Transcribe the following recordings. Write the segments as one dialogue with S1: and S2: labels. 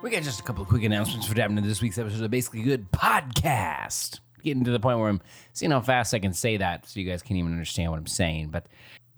S1: We got just a couple of quick announcements for happening to this week's episode of Basically Good Podcast. Getting to the point where I'm seeing how fast I can say that so you guys can't even understand what I'm saying. But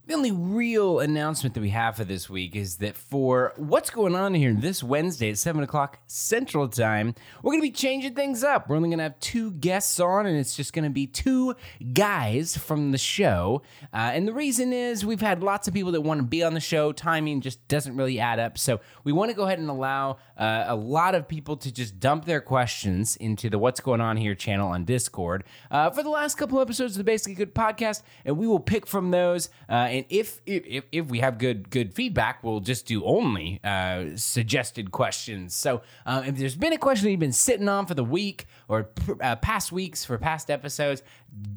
S1: the only real announcement that we have for this week is that for what's going on here this Wednesday at 7 o'clock Central Time, we're going to be changing things up. We're only going to have two guests on, and it's just going to be two guys from the show. Uh, and the reason is we've had lots of people that want to be on the show. Timing just doesn't really add up. So we want to go ahead and allow uh, a lot of people to just dump their questions into the What's Going On Here channel on Discord uh, for the last couple episodes of the Basically Good podcast, and we will pick from those. Uh, and if, if if- if we have good good feedback, we'll just do only uh, suggested questions. So uh, if there's been a question that you've been sitting on for the week or uh, past weeks for past episodes,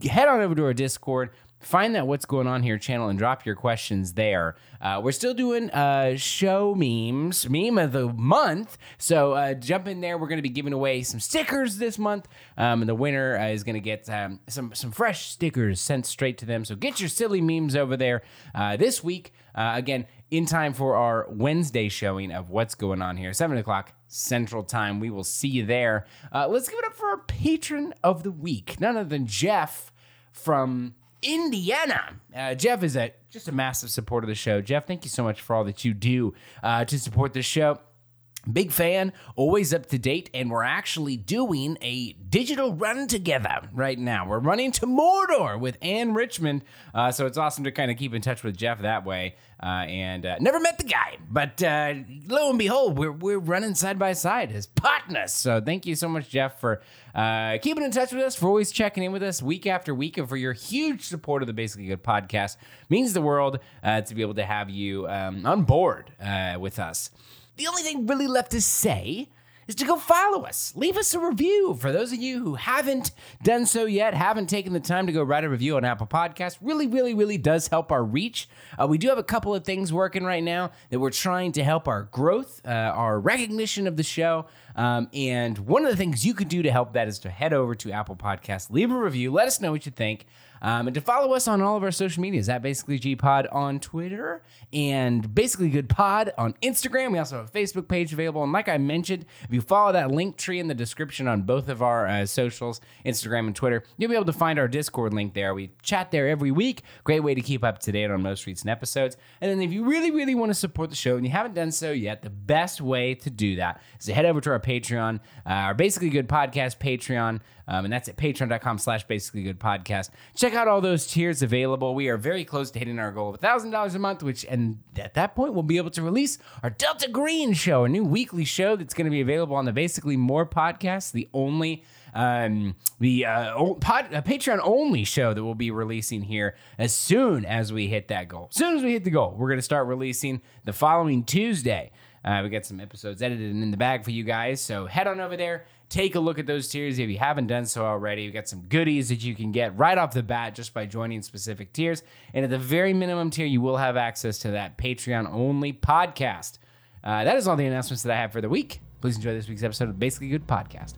S1: head on over to our Discord find that what's going on here channel and drop your questions there uh, we're still doing uh, show memes meme of the month so uh, jump in there we're going to be giving away some stickers this month um, and the winner uh, is going to get um, some some fresh stickers sent straight to them so get your silly memes over there uh, this week uh, again in time for our Wednesday showing of what's going on here, seven o'clock Central Time. We will see you there. Uh, let's give it up for our patron of the week, none other than Jeff from Indiana. Uh, Jeff is a just a massive support of the show. Jeff, thank you so much for all that you do uh, to support this show. Big fan, always up to date, and we're actually doing a digital run together right now. We're running to Mordor with Anne Richmond, uh, so it's awesome to kind of keep in touch with Jeff that way. Uh, and uh, never met the guy, but uh, lo and behold, we're, we're running side by side as partners. So thank you so much, Jeff, for uh, keeping in touch with us, for always checking in with us week after week, and for your huge support of the Basically Good podcast. Means the world uh, to be able to have you um, on board uh, with us. The only thing really left to say is to go follow us. Leave us a review. For those of you who haven't done so yet, haven't taken the time to go write a review on Apple Podcasts, really, really, really does help our reach. Uh, we do have a couple of things working right now that we're trying to help our growth, uh, our recognition of the show. Um, and one of the things you could do to help that is to head over to Apple Podcasts, leave a review, let us know what you think. Um, and to follow us on all of our social medias at Basically G Pod on Twitter and Basically Good Pod on Instagram. We also have a Facebook page available. And like I mentioned, if you follow that link tree in the description on both of our uh, socials, Instagram and Twitter, you'll be able to find our Discord link there. We chat there every week. Great way to keep up to date on most recent episodes. And then if you really, really want to support the show and you haven't done so yet, the best way to do that is to head over to our Patreon, uh, our Basically Good Podcast Patreon. Um, and that's at patreon.com slash basically good podcast. Check out all those tiers available. We are very close to hitting our goal of $1,000 a month, which, and at that point, we'll be able to release our Delta Green show, a new weekly show that's going to be available on the Basically More podcast, the only. Um, the uh, o- pod, uh, Patreon only show that we'll be releasing here as soon as we hit that goal. As soon as we hit the goal, we're going to start releasing the following Tuesday. Uh, we got some episodes edited and in the bag for you guys. So head on over there, take a look at those tiers if you haven't done so already. We've got some goodies that you can get right off the bat just by joining specific tiers. And at the very minimum tier, you will have access to that Patreon only podcast. Uh, that is all the announcements that I have for the week. Please enjoy this week's episode of Basically Good Podcast.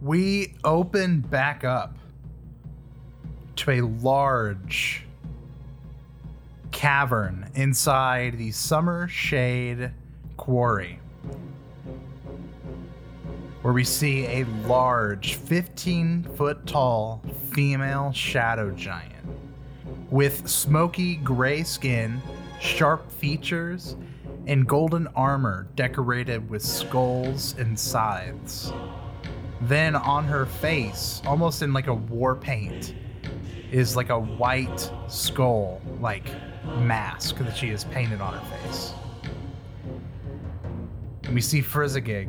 S2: We open back up to a large cavern inside the Summer Shade Quarry, where we see a large 15 foot tall female shadow giant with smoky gray skin, sharp features, and golden armor decorated with skulls and scythes. Then on her face, almost in like a war paint, is like a white skull like mask that she has painted on her face. And we see Frizzigig,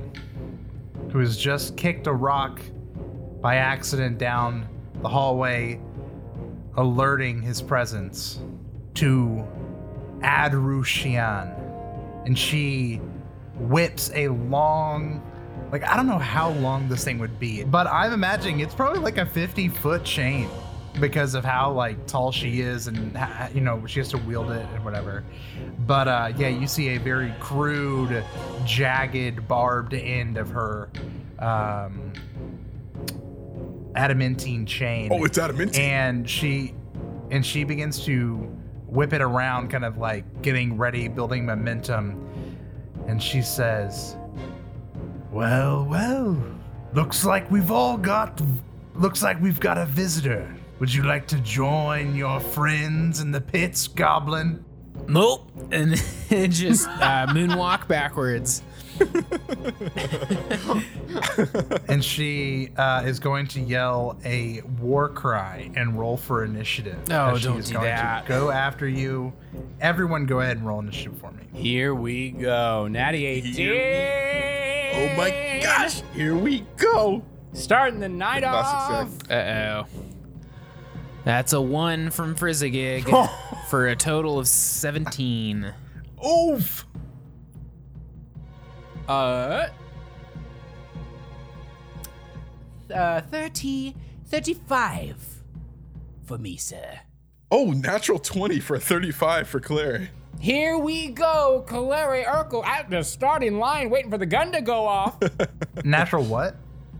S2: who has just kicked a rock by accident down the hallway, alerting his presence to Adrushian and she whips a long like i don't know how long this thing would be but i'm imagining it's probably like a 50 foot chain because of how like tall she is and ha- you know she has to wield it and whatever but uh yeah you see a very crude jagged barbed end of her um adamantine chain
S3: Oh, it's adamantine.
S2: and she and she begins to whip it around kind of like getting ready building momentum and she says Well, well. Looks like we've all got. Looks like we've got a visitor. Would you like to join your friends in the pits, Goblin?
S1: Nope. And then just uh, moonwalk backwards.
S2: And she uh, is going to yell a war cry and roll for initiative.
S1: No,
S2: as she
S1: don't
S2: is
S1: do
S2: going to
S1: that.
S2: go after you. Everyone, go ahead and roll initiative for me.
S1: Here we go. Natty 18.
S3: Oh my gosh, here we go.
S4: Starting the night
S3: About
S4: off.
S3: success.
S1: Uh oh. That's a one from Frizzigig for a total of 17.
S2: Oof!
S4: Uh, uh, 30, 35 for me, sir.
S3: Oh, natural 20 for a 35 for Claire.
S4: Here we go, Kalere Urkel at the starting line, waiting for the gun to go off.
S2: Natural what?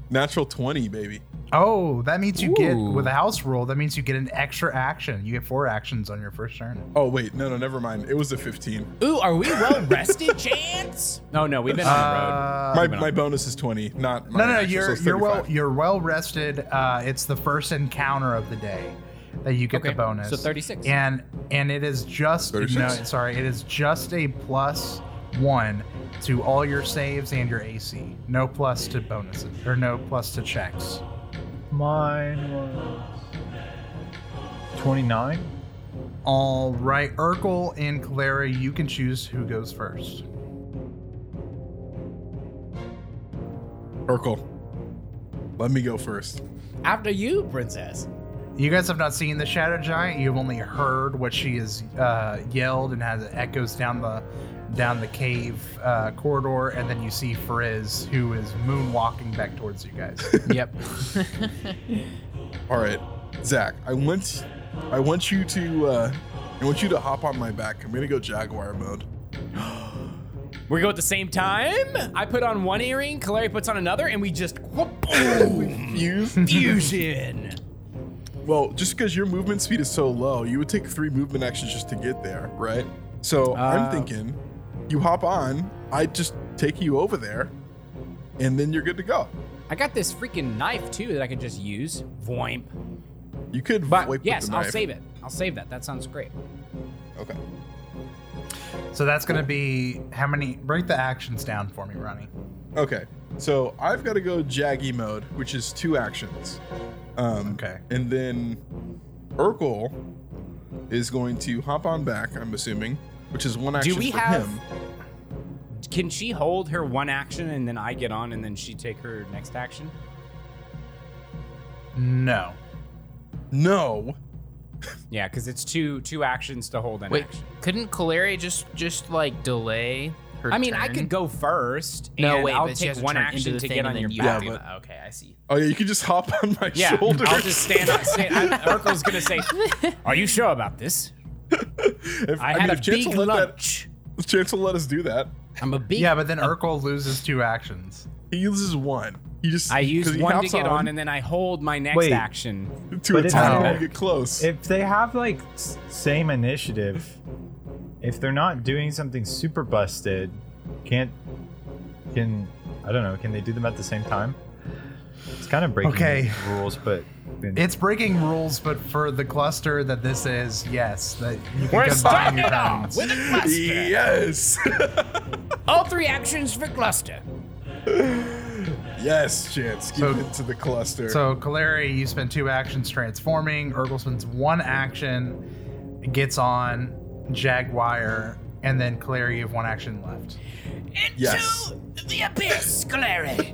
S3: Natural 20, baby.
S2: Oh, that means you get
S4: Ooh.
S2: with a house rule. That means you get an extra action. You get four actions on your first turn.
S3: Oh, wait, no, no, never mind. It was a 15.
S1: Ooh, are we well rested, Chance?
S4: no, no, we've been
S2: Uh,
S3: My, my bonus is 20, not my
S2: no, no,
S3: natural, so
S2: you're
S3: it's
S2: you're well
S3: 35.
S2: you're well rested. Uh, it's the first encounter of the day that you get
S4: Okay,
S2: the bonus.
S4: so 36.
S2: And and it is just no,
S3: 36?
S2: sorry, it is just a plus one to all your saves and your AC. No plus to bonuses or no plus to checks.
S5: Mine was 29.
S2: All right, Urkel and Clara, you can choose who goes first.
S3: Urkel, let me go first.
S1: After you, Princess.
S2: You guys have not seen the Shadow Giant. You've only heard what she has uh, yelled and has it echoes down the down the cave uh, corridor, and then you see Frizz, who is moonwalking back towards you guys.
S4: yep.
S3: All right, Zach, I want, I want you to, uh, I want you to hop on my back. I'm gonna go jaguar mode.
S1: We go at the same time. I put on one earring, Kalari puts on another, and we just whoop, boom,
S3: Fuse.
S1: fusion.
S3: Well, just because your movement speed is so low, you would take three movement actions just to get there, right? So
S1: Uh,
S4: Ah.
S3: I'm thinking, you hop on, I just take you over there, and then you're good to go.
S4: I got this freaking knife, too, that I could just use. Voimp.
S3: You could
S4: But
S3: wipe with
S4: yes,
S3: the
S4: I'll
S3: knife.
S4: save it. I'll save that. That sounds great.
S3: Okay.
S2: so that's going to be how many? Break the actions down for me, Ronnie.
S3: Okay. So I've got to go Jaggy mode, which is two actions. Um,
S2: Okay.
S3: And then Urkel is going to hop on back, I'm assuming, which is one action
S4: we
S3: for
S4: have-
S3: him.
S4: Can she hold her one action and then I get on and then she take her next action?
S2: No.
S3: No.
S4: Yeah, because it's two two actions to hold an
S1: Wait,
S4: action.
S1: couldn't Kalari just just like delay her?
S4: I mean, I
S1: turn?
S4: could go first.
S1: No,
S4: and
S1: wait,
S4: I'll
S1: but she
S4: take
S1: has to
S4: one
S1: turn
S4: action
S1: into the
S4: to
S1: thing
S4: get
S1: and
S4: on
S1: then
S4: your
S1: you
S4: back.
S1: do
S3: Yeah,
S1: that. okay, I see.
S3: Oh yeah, you can just hop on my
S4: Yeah,
S3: shoulder.
S4: I'll just stand up. Stand, I, Urkel's gonna say, "Are you sure about this?
S3: If-
S4: I,
S3: mean,
S4: had a
S3: if Chance
S4: big
S3: will let that-
S4: lunch.
S3: if Chance will let us do that.
S4: I'm a big.
S2: Yeah, but then Urkel loses two actions.
S3: He uses one. He just
S4: I
S3: 'cause
S4: use
S3: he
S4: one to
S3: hops
S4: get on, and then I hold my next
S5: Wait.
S4: action.
S3: to
S5: But
S3: a
S5: it's
S3: time
S2: not-
S3: when we get close.
S5: If they have like s- same initiative, if they're not doing something super busted, can't can I don't know, can they do them at the same time? It's kind of breaking
S2: Okay.
S5: the rules, but
S2: It's breaking rules, but for the cluster that this is, yes, that you
S4: We're
S2: can combine
S4: starting
S2: your
S4: off
S2: rounds.
S4: with a cluster.
S3: yes.
S4: All three actions for cluster.
S3: yes, Chance. Give
S2: So-
S3: it to the cluster.
S2: So, Kaleri, you spend two actions transforming. Urkel spends one action, gets on Jaguar, and then Kaleri, you have one action left.
S3: yes.
S4: The abyss, Clary.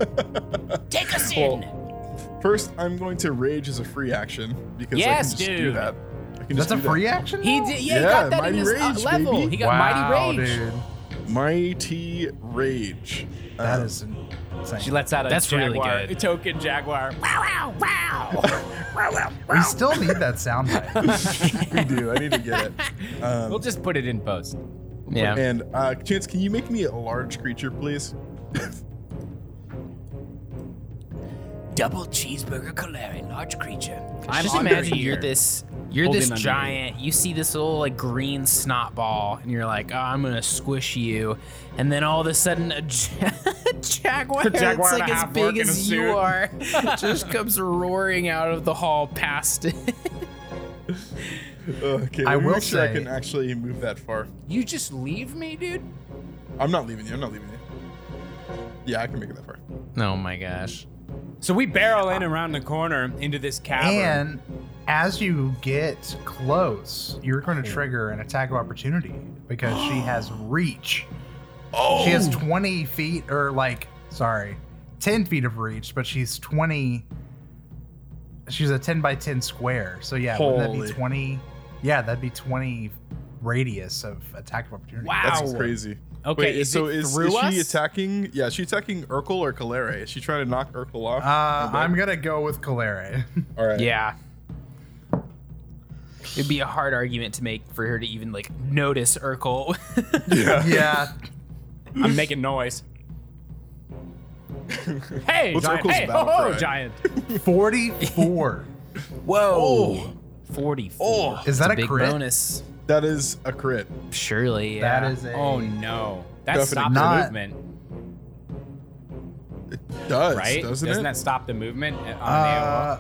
S4: Take us in.
S3: Well, first, I'm going to rage as a free action because I
S4: Yes,
S3: can just do
S4: dude.
S3: that. I can
S2: That's
S3: just
S2: a
S3: do
S2: free action?
S4: he
S2: now?
S4: did. Yeah, he
S3: Yeah,
S4: got that in
S3: Mighty
S4: his uh,
S3: Rage,
S4: level.
S3: baby.
S4: He got
S2: Wow,
S4: mighty rage.
S2: dude.
S3: that. Mighty rage.
S2: That
S3: Um,
S2: is insane.
S4: She lets out a
S1: That's really
S4: jaguar,
S1: good.
S4: a token jaguar. Wow, wow, wow, wow, wow,
S2: we still need that soundbite.
S3: we do. I need to get it. Um,
S4: We'll just put it in post.
S3: And uh, Chance, can you make me a large creature, please?
S4: Double cheeseburger Calarian, large creature.
S1: I'm
S4: I'm
S1: just
S4: on
S1: imagine
S4: your
S1: you're
S4: ear.
S1: this
S6: You're this
S1: Holding on to you.
S6: giant. You see this little like green snot ball, and you're like, "Oh, I'm gonna squish you," and then all of a sudden, a, ja- jaguar, that's
S1: jaguar in
S6: like
S1: a
S6: as
S1: half orc
S6: big
S1: in a
S6: as
S1: suit.
S6: you are just comes roaring out of the hall past it.
S3: Okay,
S2: I
S3: let me
S2: will
S3: make sure I
S2: say-
S3: can actually move that far.
S4: You just leave me, dude?
S3: I'm not leaving you. I'm not leaving you. Yeah, I can make it that far.
S6: oh my gosh!
S1: So we barrel in around the corner into this cavern.
S2: And as you get close, you're going to trigger an attack of opportunity because she has reach.
S3: Oh,
S2: She has 20 feet, or like, sorry, 10 feet of reach, but she's 20. She's a 10 by 10 square. So yeah, wouldn't that
S3: Holy.
S2: be 20? Yeah, that'd be 20 radius of attack of opportunity.
S1: Wow.
S3: that's crazy.
S1: Okay,
S3: Wait,
S1: is
S3: so
S1: it
S3: is,
S1: through
S3: is
S1: us?
S3: she attacking? Yeah, is she attacking Urkel or Calere? Is she trying to knock Urkel off?
S2: Uh, I'm going to go with Calere.
S3: All right.
S6: Yeah, it'd be a hard argument to make for her to even like notice Urkel.
S3: Yeah.
S2: yeah.
S1: I'm making noise. hey,
S3: What's
S1: giant.
S3: Urkel's
S1: Hey,
S3: battle
S1: oh,
S3: cry?
S1: giant.
S2: 44.
S3: Oh,
S6: Forty-four.
S2: Is that
S6: It's
S2: a
S6: big
S2: crit?
S6: bonus?
S3: that is a crit.
S6: Surely. Yeah.
S2: That is a.
S1: Oh no, that
S3: Definitely
S1: stopped the
S2: not.
S1: movement,
S3: It does,
S1: right?
S3: doesn't,
S1: Doesn't
S3: it?
S1: that stop the movement on
S2: Uh,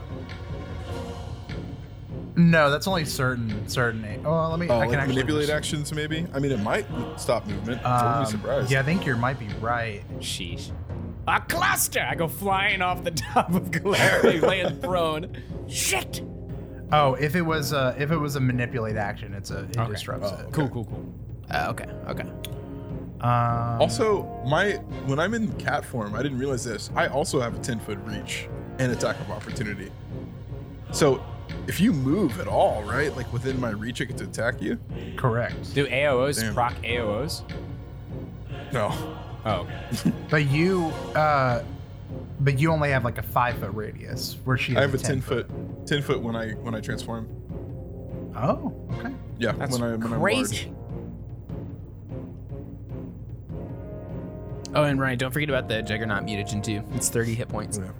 S2: no, that's only certain certain. a- Oh, let me.
S3: Oh,
S2: I can
S3: like
S2: actually
S3: manipulate actions, maybe. I mean, it might stop movement. I wouldn't
S2: Um,
S3: be surprised.
S2: Yeah, I think you might be right.
S1: AOL? Sheesh. A cluster! I go flying off the top of Galarian, laying prone. Shit!
S2: Oh, if it was a if it was a manipulate action, it's a it disrupts
S3: Oh,
S2: it.
S1: Cool, cool, cool.
S6: Uh, okay. Okay.
S2: Um,
S3: Also, my when I'm in cat form, I didn't realize this. I also have a 10 foot reach and attack of opportunity. So, if you move at all, right, like within my reach, I get to attack you.
S2: correct.
S1: Do AOOs
S3: Damn.
S1: proc AOOs?
S3: No,
S1: Oh, okay.
S2: But you, uh, but you only have like a five foot radius where she.
S3: I
S2: has
S3: have a 10 foot, 10 foot when I when I transform.
S2: Oh, okay.
S3: Yeah, when I when
S6: crazy. Oh, and Ryan, don't forget about the Juggernaut mutagen too. It's 30 hit points.
S3: I'm large.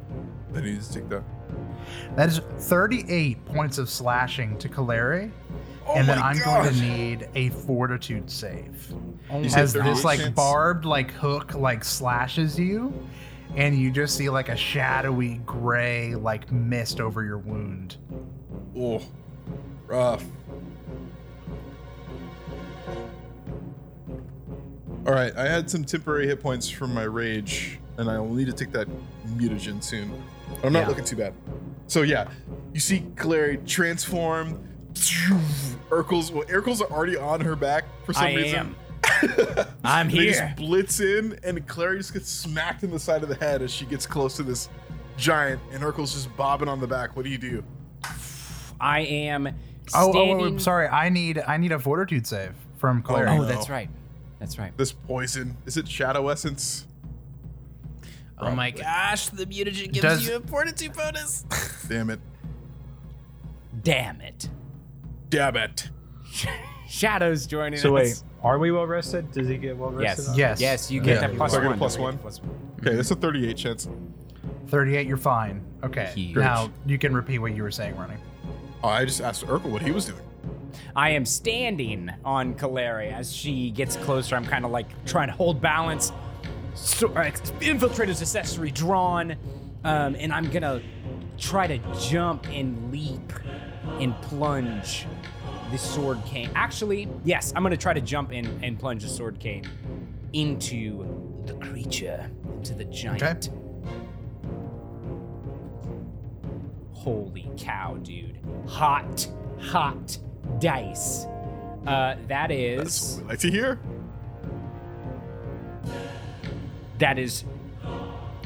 S3: Yeah, I need to take that.
S2: That is thirty eight points of slashing to Kaleri,
S3: Oh
S2: and then
S3: my
S2: I'm going
S3: gosh!
S2: to need a fortitude save.
S3: You said
S2: as
S3: 38
S2: this like
S3: chance?
S2: barbed like hook like slashes you and you just see like a shadowy gray like mist over your wound
S3: Oh, rough. All right, I had some temporary hit points from my rage, and I will need to take that mutagen soon. I'm not
S2: Yeah.
S3: looking too bad. So yeah, you see Clary transform. Urkel's well, Urkel's already on her back for some
S1: I
S3: reason.
S1: am. I'm
S3: They
S1: here.
S3: just blitz in, and Clary just gets smacked in the side of the head as she gets close to this giant, and Urkel's just bobbing on the back. What do you do?
S1: I am.
S2: oh oh,
S1: Standing...
S2: oh, oh sorry i need i need a fortitude save from claire
S3: Oh,
S1: Oh,
S3: no.
S1: that's right. That's right.
S3: This poison is it shadow essence?
S6: Oh my gosh, the mutagen gives
S2: Does-
S6: you a fortitude bonus.
S3: Damn it.
S1: Damn it.
S3: Damn it.
S1: Shadows joining
S5: So wait,
S1: us.
S5: are we well rested? Does he get well rested?
S1: Yes.
S5: on-
S2: Yes.
S1: Yes, you get
S2: Yeah.
S1: that plus
S3: So I get a
S1: one.
S3: plus
S1: Don't we get
S3: one?
S1: a Plus one.
S3: Okay, that's a 38 chance.
S2: 38 you're fine okay
S4: Huge.
S2: now you can repeat what you were saying running
S3: Oh, I just asked Urkel what he was doing.
S1: I am standing on Kaleri as she gets closer. I'm kind of like trying to hold balance. So, uh, infiltrator's accessory drawn, um, and I'm gonna try to jump and leap and plunge the sword cane. Actually, yes, I'm gonna try to jump and, and plunge the sword cane into the creature, into the giant. Holy cow, dude! Hot, hot dice. Uh, that
S3: That's
S1: is
S3: what we like to hear.
S1: that is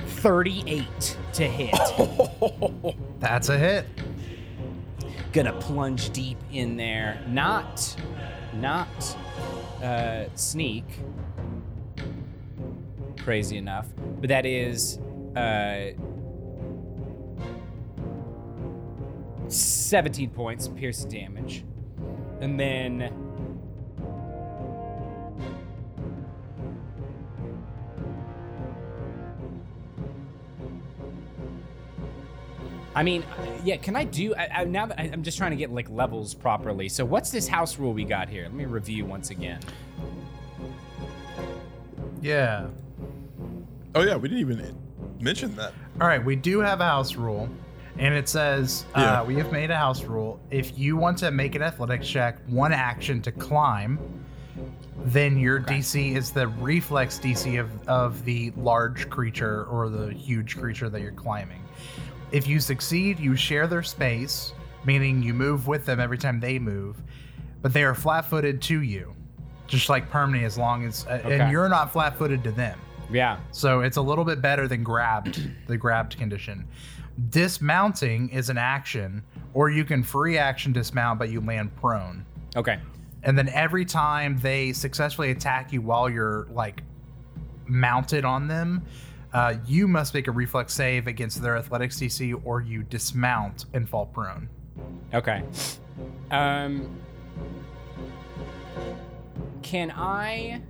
S1: 38 to hit.
S2: that's a hit
S1: gonna plunge deep in there. Not, not uh, sneak. Crazy enough, but that is uh, seventeen points piercing damage, and then I mean, yeah. Can I do? I, I, now that I, I'm just trying to get like levels properly. So what's this house rule we got here? Let me review once again.
S2: Yeah.
S3: Oh yeah, we didn't even mention that.
S2: All right, we do have a house rule, and it says
S3: Yeah.
S2: uh, we have made a house rule. If you want to make an athletics check, one action to climb, then your DC is the reflex DC of, of the large creature or the huge creature that you're climbing. If you succeed, you share their space, meaning you move with them every time they move, but they are flat footed to you, just like Permany, as long as, uh,
S1: Okay.
S2: and you're not flat footed to them.
S1: Yeah.
S2: So it's a little bit better than grabbed, the grabbed condition. Dismounting is an action, or you can free action dismount, but you land prone.
S1: Okay.
S2: And then every time they successfully attack you while you're like mounted on them, uh, you must make a reflex save against their athletics DC, or you dismount and fall prone.
S1: Okay. Um. Can I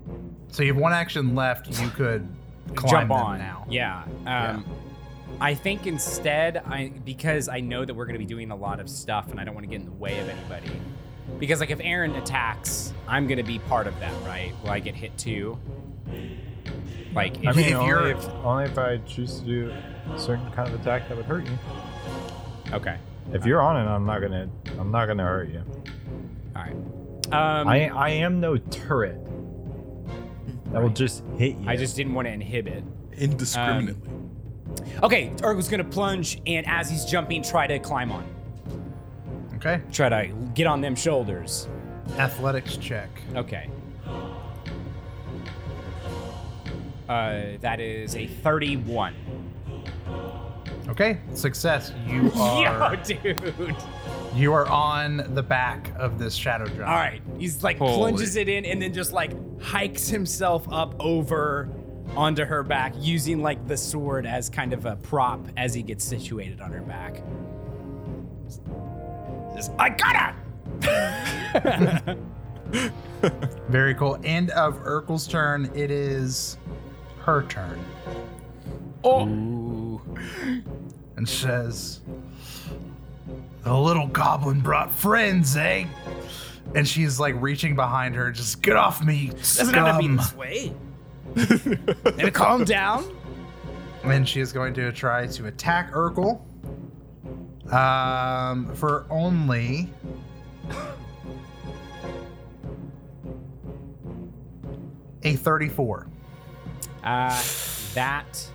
S2: So you have one action left. You could climb
S1: jump
S2: them
S1: on
S2: now.
S1: Yeah. Um, I think instead, I because I know that we're going to be doing a lot of stuff, and I don't want to get in the way of anybody. Because like if Aaron attacks, I'm going to be part of that, right? Will I get hit too? Like,
S5: I
S1: if-
S5: mean,
S2: if
S5: only,
S2: you're-
S5: if, only if I choose to do a certain kind of attack that would hurt you.
S1: okay,
S5: If you're on it, I'm not gonna. I'm not gonna hurt you.
S1: all right. Um,
S5: I
S1: I,
S5: I am no turret. That will just hit you.
S1: just didn't want to inhibit.
S3: Indiscriminately.
S1: Okay, Urgo's going to plunge, and as he's jumping, try to climb on,
S2: Okay.
S1: try to get on them shoulders.
S2: Athletics check.
S1: Okay. Uh, that is a 31.
S2: Okay. Success. You are.
S1: Yo, dude.
S2: You are on the back of this shadow drop.
S1: All right. He's like plunges it in and then just like hikes himself up over onto her back, using like the sword as kind of a prop as he gets situated on her back. Says, I got her!
S2: Very cool. End of Urkel's turn. It is her turn. Oh.
S6: Ooh.
S2: and says, The little goblin brought friends, eh? And she's like reaching behind her, just get off me,
S1: Doesn't have to be
S2: scum.
S1: this way. Maybe calm down.
S2: And she is going to try to attack Urkel um, for only. A 34.
S1: Uh, that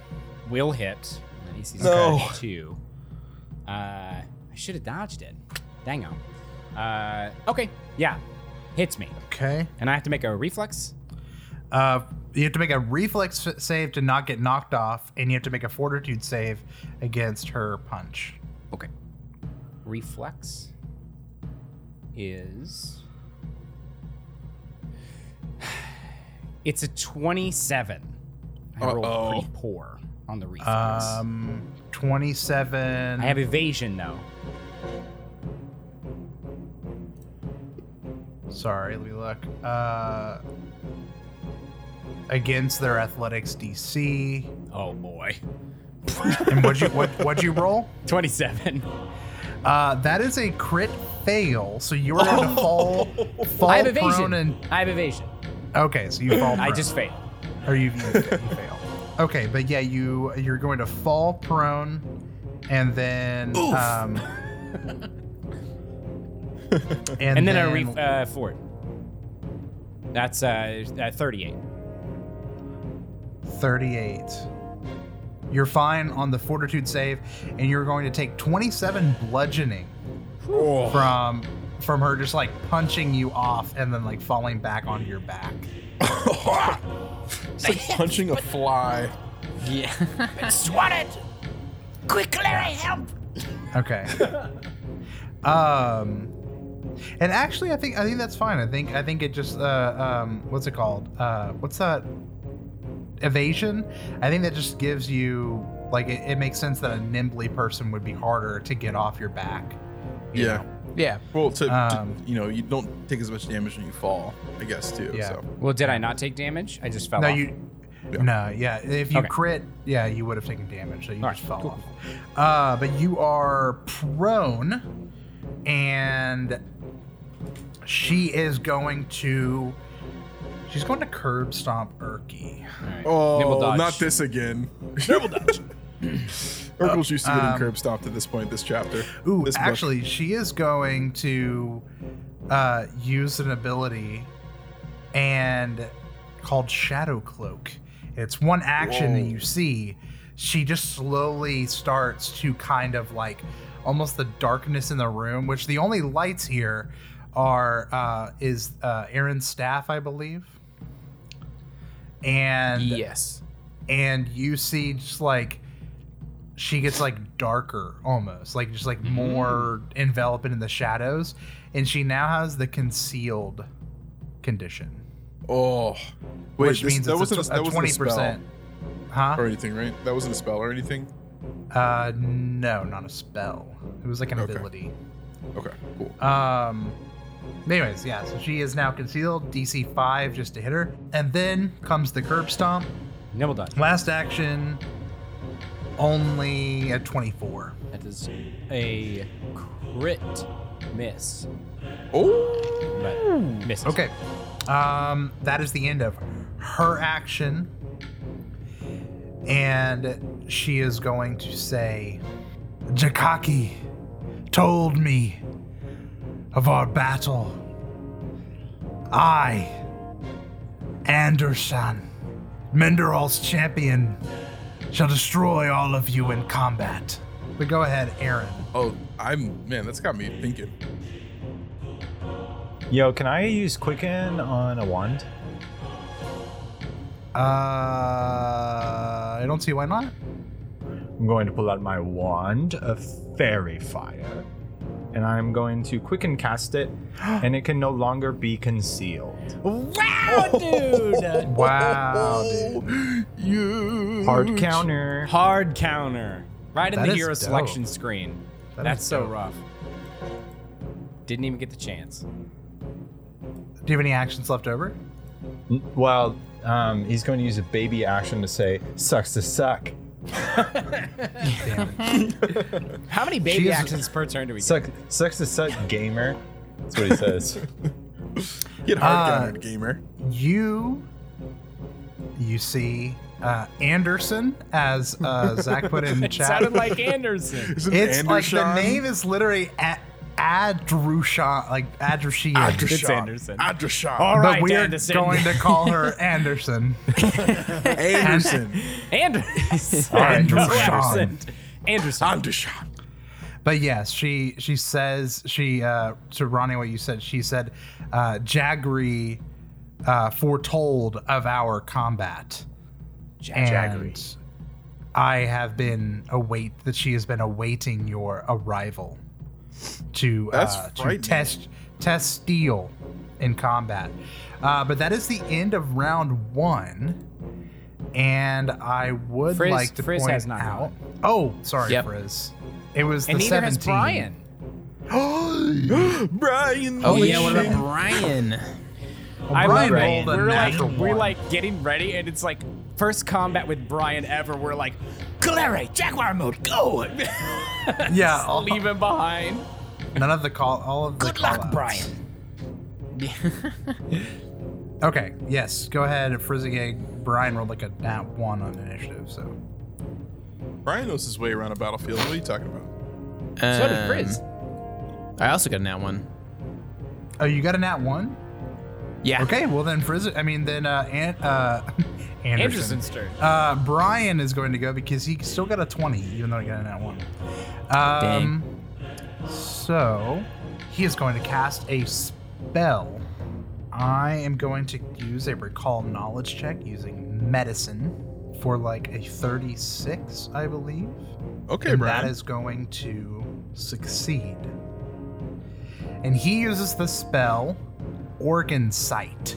S1: will hit. At least he's
S3: No.
S1: got two. Uh, I should have dodged it. Dang on. Uh, okay, yeah, hits me,
S2: Okay.
S1: and I have to make a reflex.
S2: Uh, you have to make a reflex f- save to not get knocked off, and you have to make a fortitude save against her punch.
S1: Reflex is. It's a twenty-seven. I
S3: Uh-oh.
S1: rolled pretty poor on the reflex.
S2: Um, 27.
S1: I have evasion though.
S2: Sorry, let me look. Uh, against their athletics DC.
S1: Oh boy,
S2: And what'd you, what, what'd you roll?
S1: twenty-seven.
S2: Uh, that is a crit fail. So you are going to fall, fall
S1: Oh. I have
S2: prone
S1: evasion.
S2: and.
S1: I have evasion.
S2: Okay, so you fall prone.
S1: I just failed.
S2: Or you, you, you fail. Okay, but yeah, you you're going to fall prone, and then um, and,
S1: and then, a ref- uh, fort. That's uh, uh 38.
S2: thirty-eight. You're fine on the fortitude save, and you're going to take twenty-seven bludgeoning from from her just like punching you off and then like falling back onto your back.
S3: It's like punching a fly.
S2: Okay. um, and actually, I think I think that's fine. I think I think it just uh, um, what's it called? Uh, what's that? Evasion. I think that just gives you like it, it makes sense that a nimbly person would be harder to get off your back. you
S3: Yeah.
S2: know? Yeah.
S3: Well, to, to-
S2: Um,
S3: you know, you don't take as much damage when you fall, I guess too.
S2: Yeah.
S3: So
S1: Well, did I not take damage? I just fell
S2: No,
S1: off.
S2: you. No, yeah. If you
S1: Okay.
S2: crit, yeah, you would have taken damage, so you
S1: Alright,
S2: just fell
S1: cool,
S2: off. Uh, but you are prone, and she is going to. She's going to curb stomp Erky.
S3: Oh,
S1: dodge.
S3: not this again. Nibble dodge. Urkel's used to getting
S2: Um,
S3: curb stomped at this point, this chapter.
S2: Ooh,
S3: This book.
S2: actually, she is going to uh, use an ability and called Shadow Cloak. It's one action that
S3: Whoa.
S2: you see. She just slowly starts to kind of like almost the darkness in the room, which the only lights here are uh, is uh, Aaron's staff, I believe, and
S6: yes.
S2: and you see just like she gets like darker almost like just like more enveloping in the shadows and she now has the concealed condition
S3: Oh, wait,
S2: which
S3: this-
S2: means
S3: that
S2: it's
S3: wasn't
S2: a,
S3: a, that wasn't a
S2: twenty
S3: spell
S2: percent huh
S3: or anything, right? That wasn't a spell or anything.
S2: uh no not a spell it was like an
S3: Okay.
S2: ability
S3: Okay, cool.
S2: Um. Anyways, yeah. So she is now concealed. DC five just to hit her, and then comes the curb stomp.
S1: Nibble dodge.
S2: Last action. Only at twenty four.
S1: That is a crit miss.
S3: Oh,
S1: But misses.
S2: Hmm. Okay. Um. That is the end of her action. And she is going to say, Jakaki told me of our battle. I, Anderson, Menderall's champion, shall destroy all of you in combat. But go ahead, Aaron.
S3: oh, I'm man. That's got me thinking.
S5: Yo, can I use quicken on a wand?
S2: Uh, I don't see why not.
S5: I'm going to pull out my wand of fairy fire, and I'm going to quicken cast it, and it can no longer be concealed.
S1: Wow, dude!
S2: Wow, Oh, dude.
S3: You
S5: Hard counter.
S1: Hard counter. Right in
S2: That
S1: the
S2: is
S1: hero
S2: dope.
S1: selection screen.
S2: That
S1: That's
S2: is
S1: so
S2: dope.
S1: rough. Didn't even get the chance.
S2: Do you have any actions left over?
S5: N- Well, um, he's going to use a baby action to say "sucks to suck."
S1: How many baby
S2: Jesus.
S1: actions per turn do we get?
S5: Suck, sucks to suck, gamer. That's what he says.
S3: Get hard
S2: Uh,
S3: countered, gamer.
S2: You, you see uh, Anderson, as uh, Zach put in chat.
S1: Sounded like Anderson.
S3: Isn't
S2: it's like the
S3: Andershan-
S2: name is literally a- Adrushan, like Adrushian.
S3: Andershan.
S1: Anderson.
S3: Andershan.
S1: All
S2: but
S1: right,
S2: we're
S1: Anderson.
S2: going to call her Anderson.
S3: Anderson.
S1: Anderson.
S5: right,
S1: Anderson. Anderson.
S3: Andershan.
S2: But yes, she she says she uh, to Ronnie what you said. She said, uh, "Jagri uh, foretold of our combat, and I have been await that she has been awaiting your arrival to
S3: That's
S2: uh, to
S3: frightening.
S2: test test steel in combat." Uh, but that is the end of round one, and I would
S1: Frizz-
S2: like to
S1: Frizz
S2: point
S1: has not
S2: out. Oh, sorry,
S6: Yep.
S2: Frizz. It was
S6: And
S2: the
S6: neither
S2: 17.
S6: has Brian.
S3: Brian.
S6: Oh
S3: Holy
S6: yeah, what
S3: shit.
S6: about Brian?
S1: I
S2: Brian
S1: remember
S2: rolled a
S1: we're like
S2: natural
S1: we're
S2: one.
S1: like getting ready, and it's like first combat with Brian ever. We're like, Galere, Jaguar mode, go!
S2: Yeah, all-
S1: leave him behind.
S2: none of the call, all of the
S6: Good luck,
S2: call-outs.
S6: Brian.
S2: Okay, yes, go ahead, Frizzigig. Brian rolled like a nat one on initiative, so
S3: Brian knows his way around a battlefield. What are you talking about?
S6: Uh,
S1: So did Frizz.
S6: Um, I also got that one.
S2: oh, you got a nat one.
S6: Yeah.
S2: Okay, well then Frizz, I mean then uh, An- uh Anderson.
S1: Anderson's turn.
S2: Uh, Brian is going to go because he still got a twenty, even though he got a nat one. Um, So he is going to cast a spell. I am going to use a recall knowledge check using medicine for like a 36, I believe.
S3: Okay,
S2: and
S3: Brian.
S2: that is going to succeed. And he uses the spell Organ Sight.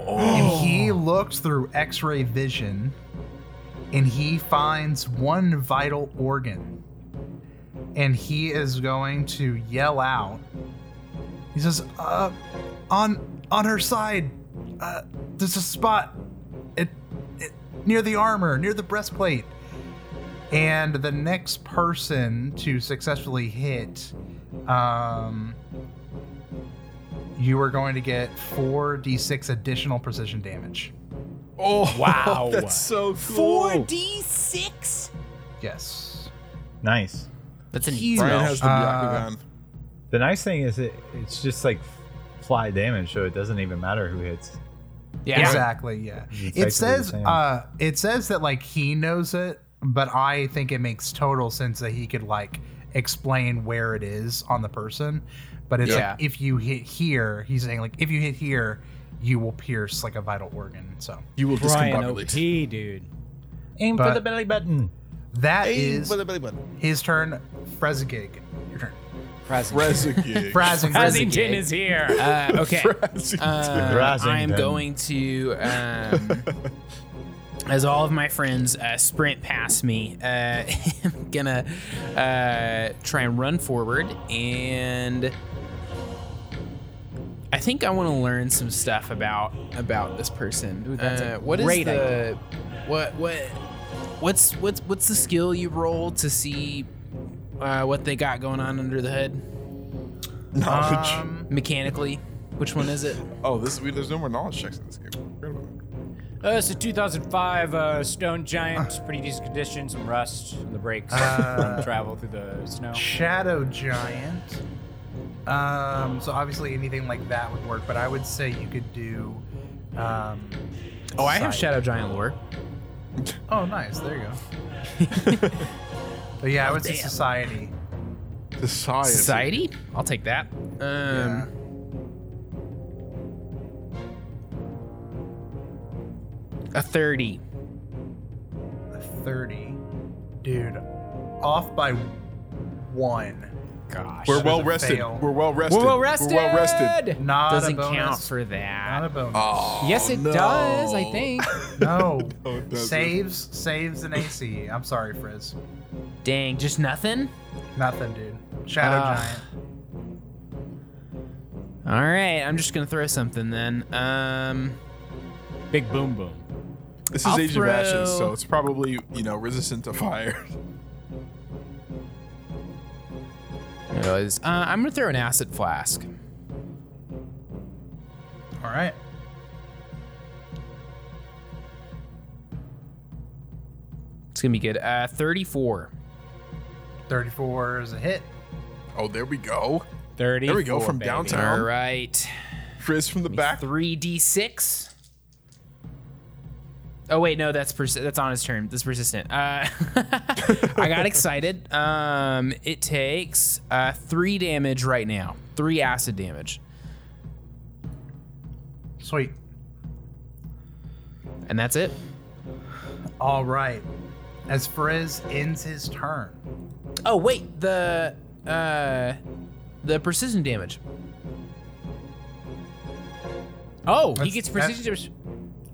S2: And he
S3: Oh.
S2: looks through x ray vision and he finds one vital organ. And he is going to yell out. He says, uh, on on her side, uh, there's a spot. It near the armor, near the breastplate. And the next person to successfully hit, um, you are going to get 4d6 additional precision damage.
S3: Oh
S1: Wow.
S3: that's so cool.
S4: Four D six.
S2: Yes.
S5: Nice.
S6: That's an
S4: Huge.
S3: Brian has the
S2: Uh,
S3: Byakugan.
S5: The nice thing is it, it's just like fly damage, so it doesn't even matter who hits.
S6: yeah.
S2: Exactly. Yeah.
S5: It's
S2: It
S5: basically
S2: says
S5: the same.
S2: uh it says that like he knows it, but I think it makes total sense that he could like explain where it is on the person. But it's
S3: Yeah.
S2: like if you hit here, he's saying like if you hit here, you will pierce like a vital organ. So
S3: You will
S1: Brian OP,
S3: discombobulate.
S1: dude.
S5: Aim
S2: but-
S5: for the belly button.
S2: that
S3: Hey,
S2: is
S3: with a belly button.
S2: his turn. Frezigig. Your turn.
S3: Rezagig.
S2: Frazigig.
S6: Hassington is here. Uh, okay. Uh, I am
S5: Razington.
S6: going to, um, as all of my friends uh, sprint past me, uh, I'm gonna uh, try and run forward, and I think I want to learn some stuff about about this person.
S1: Ooh, that's a
S6: Uh, what is
S1: great
S6: the what what what's what's what's the skill you roll to see uh, what they got going on under the hood
S3: Knowledge.
S2: Um,
S6: mechanically? Which one is it?
S3: oh, this we, there's no more knowledge checks in this game. Forgot about that.
S1: Uh, it's a 2005 uh, Stone Giant. It's pretty decent condition. Some rust on the brakes.
S2: Uh,
S1: from travel through the snow.
S2: Shadow Giant. Um, so obviously anything like that would work, but I would say you could do um
S6: Oh, I have
S2: Sight.
S6: Shadow Giant lore.
S2: Oh, nice. There you go. but yeah, I would say
S6: damn.
S2: society.
S3: Society.
S6: Society? I'll take that. Um, A 30.
S2: Yeah, 30. Dude, off by one.
S1: Gosh.
S3: We're
S2: Does
S3: well
S2: it
S3: rested.
S2: fail?
S3: We're well rested.
S6: We're well rested.
S3: We're well rested.
S2: Not a
S6: Doesn't
S2: bonus.
S6: count for
S2: Not a
S6: that.
S2: bonus.
S3: Oh,
S1: Yes, it
S3: no.
S1: does. I think.
S2: no.
S3: No, it doesn't.
S2: saves, saves an AC. I'm sorry, Frizz.
S6: Dang, just nothing?
S2: Nothing, dude. Shadow
S6: Ah.
S2: Giant.
S6: All right, I'm just going to throw something then. Um,
S1: Big boom boom.
S3: This is
S6: I'll
S3: Age of Ashes,
S6: throw-
S3: so it's probably you know resistant to fire.
S6: there it was. Uh, I'm going to throw an acid flask.
S2: All right.
S6: It's going to be good. Uh, 34.
S2: 34 is a hit.
S3: Oh, there we go.
S1: 30.
S3: There we go from downtown.
S6: All right.
S3: Frizz from the back.
S6: 3d6. Oh wait, no, that's persi- that's on his turn. That's persistent. Uh, I got excited. Um, it takes uh, three damage right now. Three acid damage,
S2: Sweet.
S6: and that's it.
S2: All right. As Frizz ends his turn.
S6: Oh wait, the uh, the precision damage.
S1: Oh, he
S2: That's-
S1: gets
S2: that-
S1: precision damage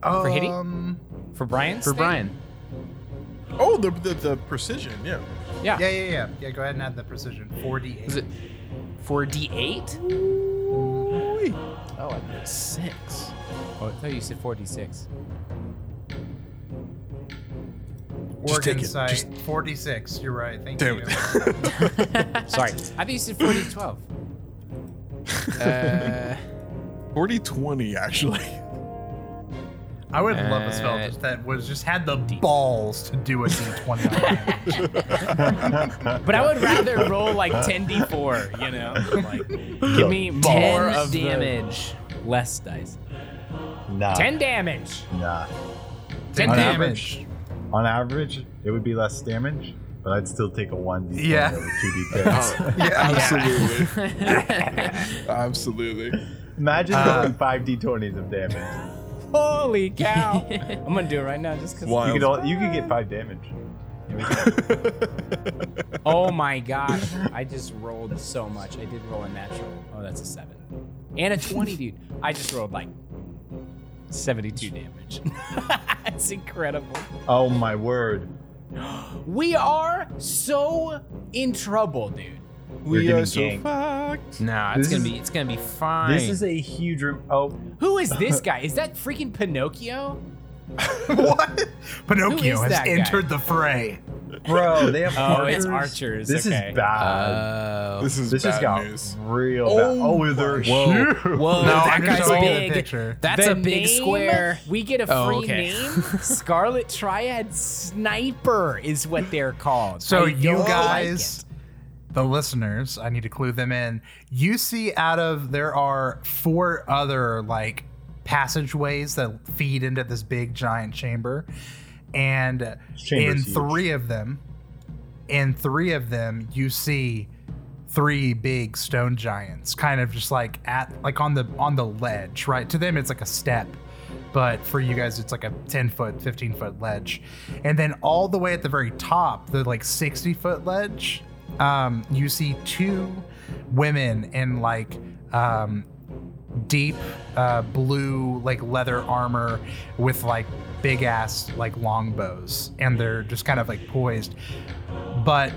S2: Um,
S1: hitting? for Brian.
S6: For Brian,
S3: Oh, the, the the precision. Yeah.
S1: Yeah.
S2: Yeah, yeah, yeah. Yeah, go ahead and add the precision. 4d8.
S6: is it four d eight?
S1: Oh, I did six. Oh, I thought you said 46.
S3: Just
S2: Organ
S3: take it.
S2: site.
S3: Just-
S2: 46. You're right. Thank
S3: Damn
S2: you.
S3: it.
S1: Sorry. I thought you said 40 12.
S6: Uh,
S3: 40 20 actually.
S2: I would love a spell just that was just had the balls to do a d20.
S1: But I would rather roll like 10d4, you know? Like, give me more
S6: ten
S1: of the
S6: damage.
S1: less dice.
S5: Nah.
S1: 10 damage.
S5: Nah.
S2: 10
S5: On
S2: damage.
S5: uh, On average, it would be less damage, but I'd still take a 1d10
S2: Yeah.
S5: over
S3: Oh.
S5: 2d10.
S3: Absolutely. Absolutely.
S5: Imagine rolling 5d20s of damage.
S1: Holy cow. I'm going to do it right now just because.
S5: You could,
S3: Wild.
S5: all, you could get 5 damage.
S1: Oh my god. I just rolled so much. I did roll a natural. Oh, that's a 7. And a 20, dude. I just rolled like 72 damage. it's incredible.
S5: Oh my word.
S1: We are so in trouble, dude.
S5: You're
S3: We
S5: getting
S3: are so
S5: ganked.
S3: fucked.
S6: nah, it's
S5: This
S6: gonna
S5: is-
S6: be it's gonna be fine.
S5: This is a huge room. Oh,
S1: Who is this guy? Is that freaking Pinocchio?
S2: what? Pinocchio has
S1: that guy?
S2: entered the fray.
S5: Bro, they have
S1: Oh, it's archers.
S5: This
S1: okay.
S5: is bad.
S6: Oh.
S3: Uh, This is
S5: this
S3: bad
S5: has got
S3: news.
S5: real bad.
S3: Oh
S5: Oh, they're
S3: my
S5: huge.
S6: Whoa,
S2: No,
S6: that
S2: I'm
S6: guy's
S2: just looking at the
S6: big.
S2: picture.
S6: That's
S1: The
S6: a big
S1: name-
S6: square.
S1: We get a free
S6: Oh, okay.
S1: name. Scarlet Triad Sniper is what they're called.
S2: So
S1: I
S2: you
S1: don't like
S2: guys,
S1: it.
S2: the listeners, I need to clue them in. You see, out of there are four other like passageways that feed into this big giant chamber, and in
S5: chamber's huge.
S2: three of them, in three of them, you see three big stone giants, kind of just like at like on the on the ledge, right? To them, it's like a step. But for you guys, it's like a 10 foot, 15 foot ledge. And then all the way at the very top, the like 60 foot ledge, um, you see two women in like um, deep uh, blue like leather armor with like big ass like longbows and they're just kind of like poised but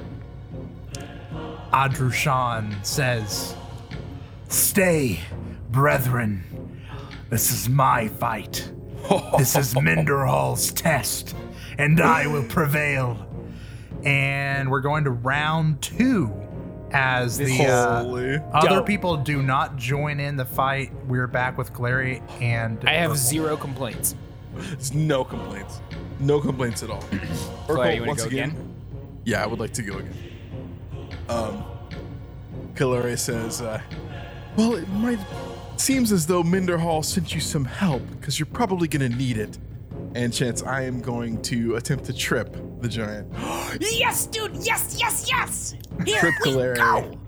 S2: adrushan says stay brethren this is my fight this is minderhall's test and i will prevail and we're going to round two as the uh,
S3: Holy.
S2: other
S1: Dope.
S2: people do not join in the fight. We're back with Glary and
S6: I have
S2: Urkel.
S6: zero complaints.
S3: It's no complaints. No complaints at all. Urkel,
S1: Clay, you wanna go again?
S3: Yeah, I would like to go again. Um, Kalare says, uh, "Well, it might seems as though Minderhall sent you some help because you're probably gonna need it." And chance, I am going to attempt to trip the giant.
S1: Yes, dude. Yes, yes, yes. Here
S3: Trip
S1: we
S3: Kalare.
S1: go.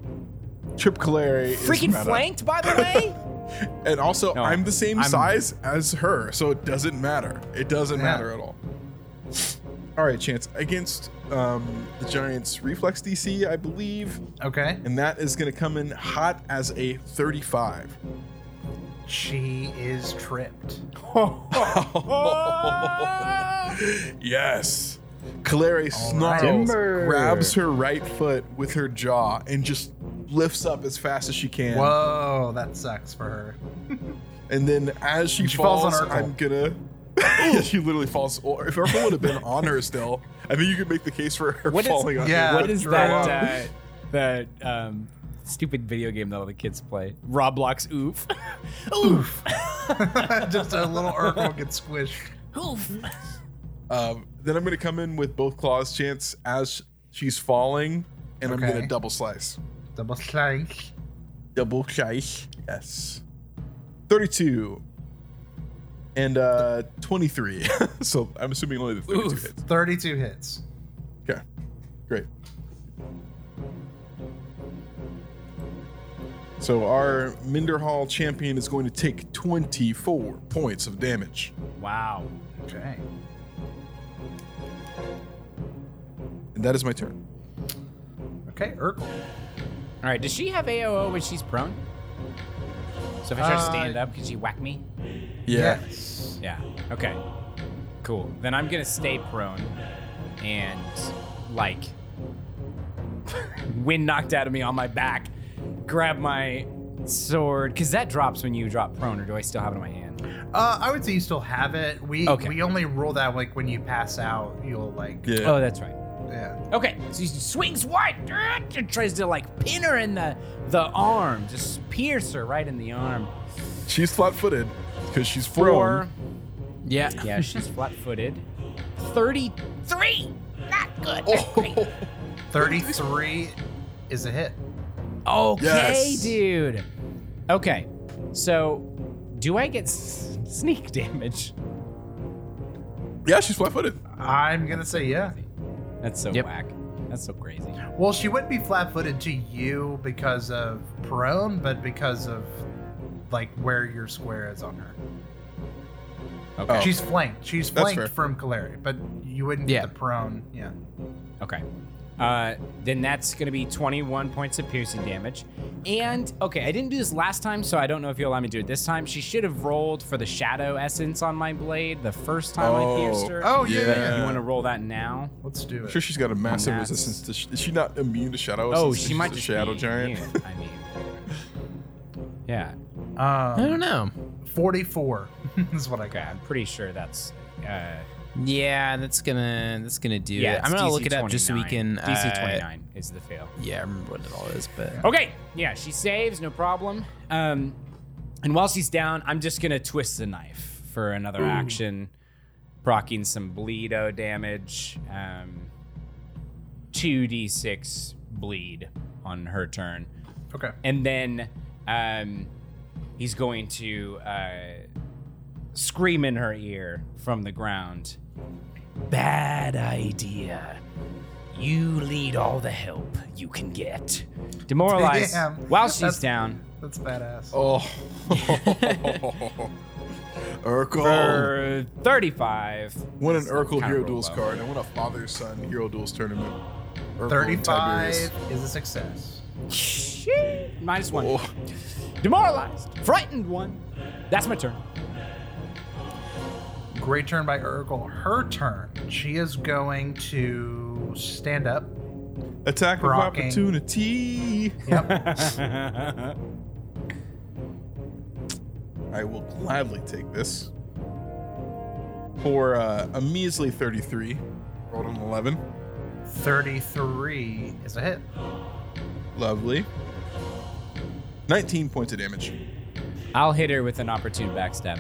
S3: Trip Kalare. is
S1: Freaking
S3: meta.
S1: flanked, by the way.
S3: And also,
S1: No,
S3: I'm the same
S1: I'm-
S3: size as her, so it doesn't matter. It doesn't
S2: Yeah.
S3: matter at all. All right, Chance. Against um, the Giants' reflex DC, I believe,
S2: Okay.
S3: and that is going to come in hot as a 35.
S2: She is tripped.
S3: yes. Clary snarls,
S5: Timber.
S3: grabs her right foot with her jaw, and just lifts up as fast as she can.
S2: Whoa, that sucks for her.
S3: And then as she,
S2: She
S3: falls,
S2: falls on Urkel.
S3: I'm gonna. Yeah, she literally falls. Or if Urkel would have been on her still, I think you could make the case for her
S1: What is-
S3: falling on
S2: yeah.
S3: her.
S1: what is
S2: true.
S1: that? Uh, that um, stupid video game that all the kids play. Roblox Oof. Oof.
S2: Just a little Urkel gets squished.
S1: Oof.
S3: Um, then I'm gonna come in with both claws, chance as she's falling, and I'm
S2: Okay.
S3: gonna double slice.
S2: Double slice.
S3: Double slice. Yes. 32 and uh 23. so I'm assuming only the 32
S1: Oof.
S3: hits.
S2: 32 hits.
S3: Okay. Great. So our Minderhall champion is going to take 24 points of damage.
S1: Wow.
S2: Okay.
S3: And that is my turn.
S2: Okay, Urkel.
S1: All right. Does she have AOO when she's prone? So if I try to
S2: Uh,
S1: stand up, can she whack me?
S2: Yes.
S1: Yeah. Okay. Cool. Then I'm gonna stay prone and like wind knocked out of me on my back. Grab my sword because that drops when you drop prone, or do I still have it in my hand?
S2: Uh, I would say you still have it. We
S1: Okay.
S2: we only rule that like when you pass out, you'll like
S3: Yeah.
S1: Oh, that's right.
S2: yeah.
S1: Okay, so he swings wide and tries to like pin her in the the arm, just pierce her right in the arm.
S3: She's flat-footed because she's
S1: Four.
S3: prone.
S6: Yeah.
S1: Yeah, she's flat-footed. Thirty-three. Not good.
S3: Oh,
S2: 33 is a hit.
S1: Okay,
S3: Yes.
S1: dude. Okay, so do I get s- sneak damage?
S3: yeah, she's flat-footed.
S2: I'm gonna say yeah.
S1: That's so
S6: Yep.
S1: whack. That's so crazy.
S2: Well, she wouldn't be flat footed to you because of prone, but because of like where your square is on her.
S3: Oh.
S2: She's flanked. She's
S3: That's
S2: flanked
S3: fair.
S2: from Kaleri, but you wouldn't
S6: Yeah.
S2: get the prone. Yeah.
S1: Okay. Uh, then that's going to be 21 points of piercing damage. And, okay, I didn't do this last time, so I don't know if you'll allow me to do it this time. She should have rolled for the shadow essence on my blade the first time I pierced her.
S2: Oh, yeah, yeah,
S1: You want to roll that now?
S2: Let's do
S3: I'm
S2: it.
S3: sure she's got a massive
S1: That's-
S3: resistance to... Sh- is she not immune to shadow?
S1: Oh,
S3: since
S1: she
S3: she's
S1: might
S3: a
S1: just
S3: shadow
S1: be
S3: giant.
S1: immune, I mean, yeah.
S2: Um,
S6: I don't know.
S2: Forty-four is what I
S1: Okay,
S2: got.
S1: I'm pretty sure that's Uh,
S6: Yeah, that's gonna that's gonna do
S1: yeah,
S6: it. I'm
S1: it's
S6: gonna
S1: DC
S6: look it up just so we
S1: 29.
S6: can.
S1: DC
S6: uh,
S1: 29 is the fail.
S6: Yeah, I remember what it all is, but
S1: Okay. Yeah, she saves, no problem. Um, and while she's down, I'm just gonna twist the knife for another action, proccing some bleedo damage. Um, two d6 bleed on her turn,
S2: Okay.
S1: and then um, he's going to uh, scream in her ear from the ground. Bad idea. You need all the help you can get. Demoralized
S2: Damn.
S1: while she's
S2: That's-
S1: down.
S2: That's badass.
S3: Oh. Urkel.
S1: For 35.
S3: Won an Urkel
S1: kinda
S3: Hero
S1: roll
S3: Duels
S1: low.
S3: card. I won a father son Hero Duels tournament. Urkel and
S2: 35
S3: Tiberius.
S2: is a success.
S1: Sheesh. Minus one.
S3: Oh,
S1: Demoralized. Frightened one. That's my turn.
S2: Great turn by Urkel. Her turn. She is going to stand up.
S3: attack of
S2: Brocking.
S3: opportunity.
S2: Yep.
S3: I will gladly take this. For uh, a measly 33. Rolled an 11.
S2: 33 is a hit.
S3: Lovely. 19 points of damage.
S1: I'll hit her with an opportune backstab.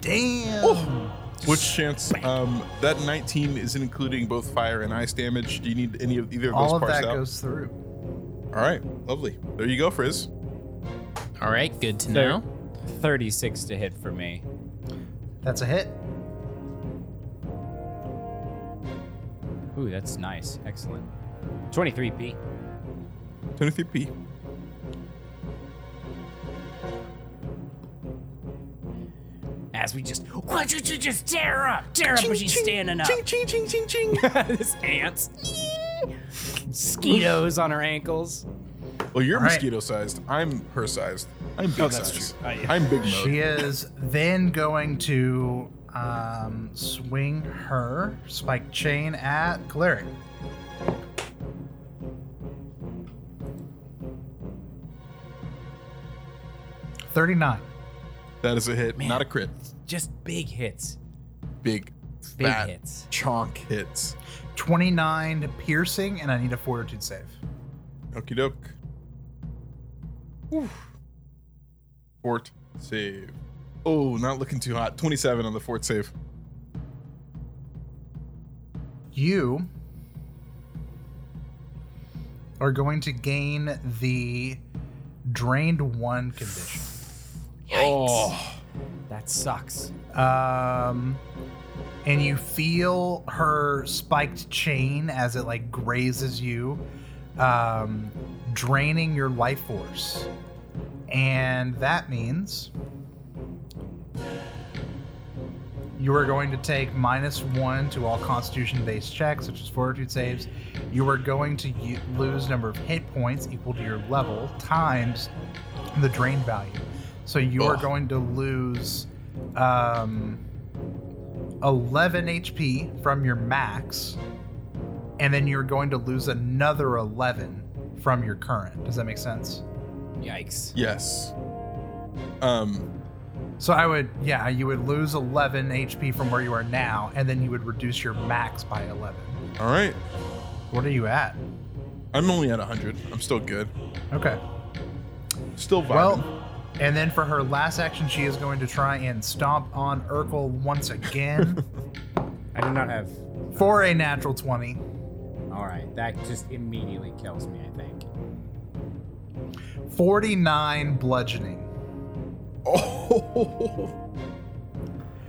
S2: Damn.
S3: Oh. Which chance? Um, that 19 isn't including both fire and ice damage. Do you need any of either of those
S2: All of
S3: parsed
S2: that
S3: out?
S2: goes through.
S3: All right, lovely. There you go, Frizz.
S6: all right, good to
S1: Thir-
S6: know.
S1: 36 to hit for me.
S2: That's a hit.
S1: Ooh, that's nice. Excellent. 23p.
S3: 23p.
S1: As we just, why don't you just tear her up? Tear her up as she's standing up. Ching, ching, ching, ching, ching. this ants. Mosquitoes on her ankles.
S3: Well, you're
S2: All right.
S3: mosquito sized. I'm her sized. I'm big sized. I'm big mode.
S2: She is then going to um, swing her spike chain at Cleric. Thirty-nine.
S3: that is a hit,
S1: Man.
S3: not a crit.
S1: Just big hits.
S3: Big,
S1: Big
S3: fat
S1: hits.
S3: chonk hits.
S2: 29 piercing, and I need a fortitude save.
S3: Okie doke. Oof. Fort save. Oh, not looking too hot. 27 on the fort save.
S2: You are going to gain the drained one condition.
S3: Oh,
S1: That sucks.
S2: Um, and you feel her spiked chain as it like grazes you, um, draining your life force. And that means you are going to take minus one to all constitution based checks, such as fortitude saves. You are going to u- lose number of hit points equal to your level times the drain value. So you are
S3: Ugh.
S2: going to lose um, 11 HP from your max, and then you're going to lose another 11 from your current. Does that make sense?
S1: Yikes.
S3: yes. Um,
S2: So I would, yeah, you would lose 11 HP from where you are now, and then you would reduce your max by 11.
S3: all right.
S2: What are you at?
S3: I'm only at 100. I'm still good.
S2: Okay.
S3: Still vibing.
S2: Well, and then for her last action, she is going to try and stomp on Urkel once again
S1: I do not have.
S2: for a natural 20.
S1: All right. That just immediately kills me, I think.
S2: 49 bludgeoning.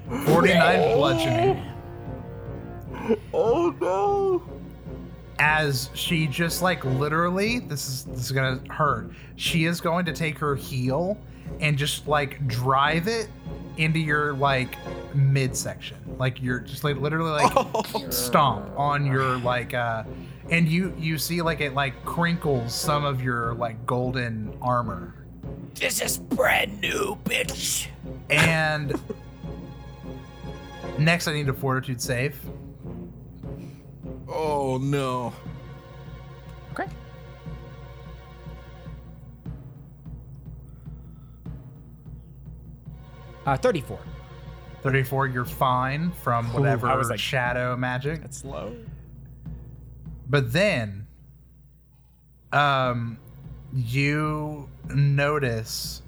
S3: Oh,
S2: 49 bludgeoning.
S3: oh no.
S2: as she just like literally this is this is gonna hurt she is going to take her heel and just like drive it into your like midsection like you're just like literally like
S1: Oh,
S2: stomp on your like uh and you you see like it like crinkles some of your like golden armor
S1: This is brand new, bitch.
S2: and next i need a fortitude save
S3: Oh no.
S1: Okay. Uh, 34.
S2: 34, you're fine from whatever
S1: I was like-
S2: shadow magic.
S3: That's low.
S2: But then, um, you notice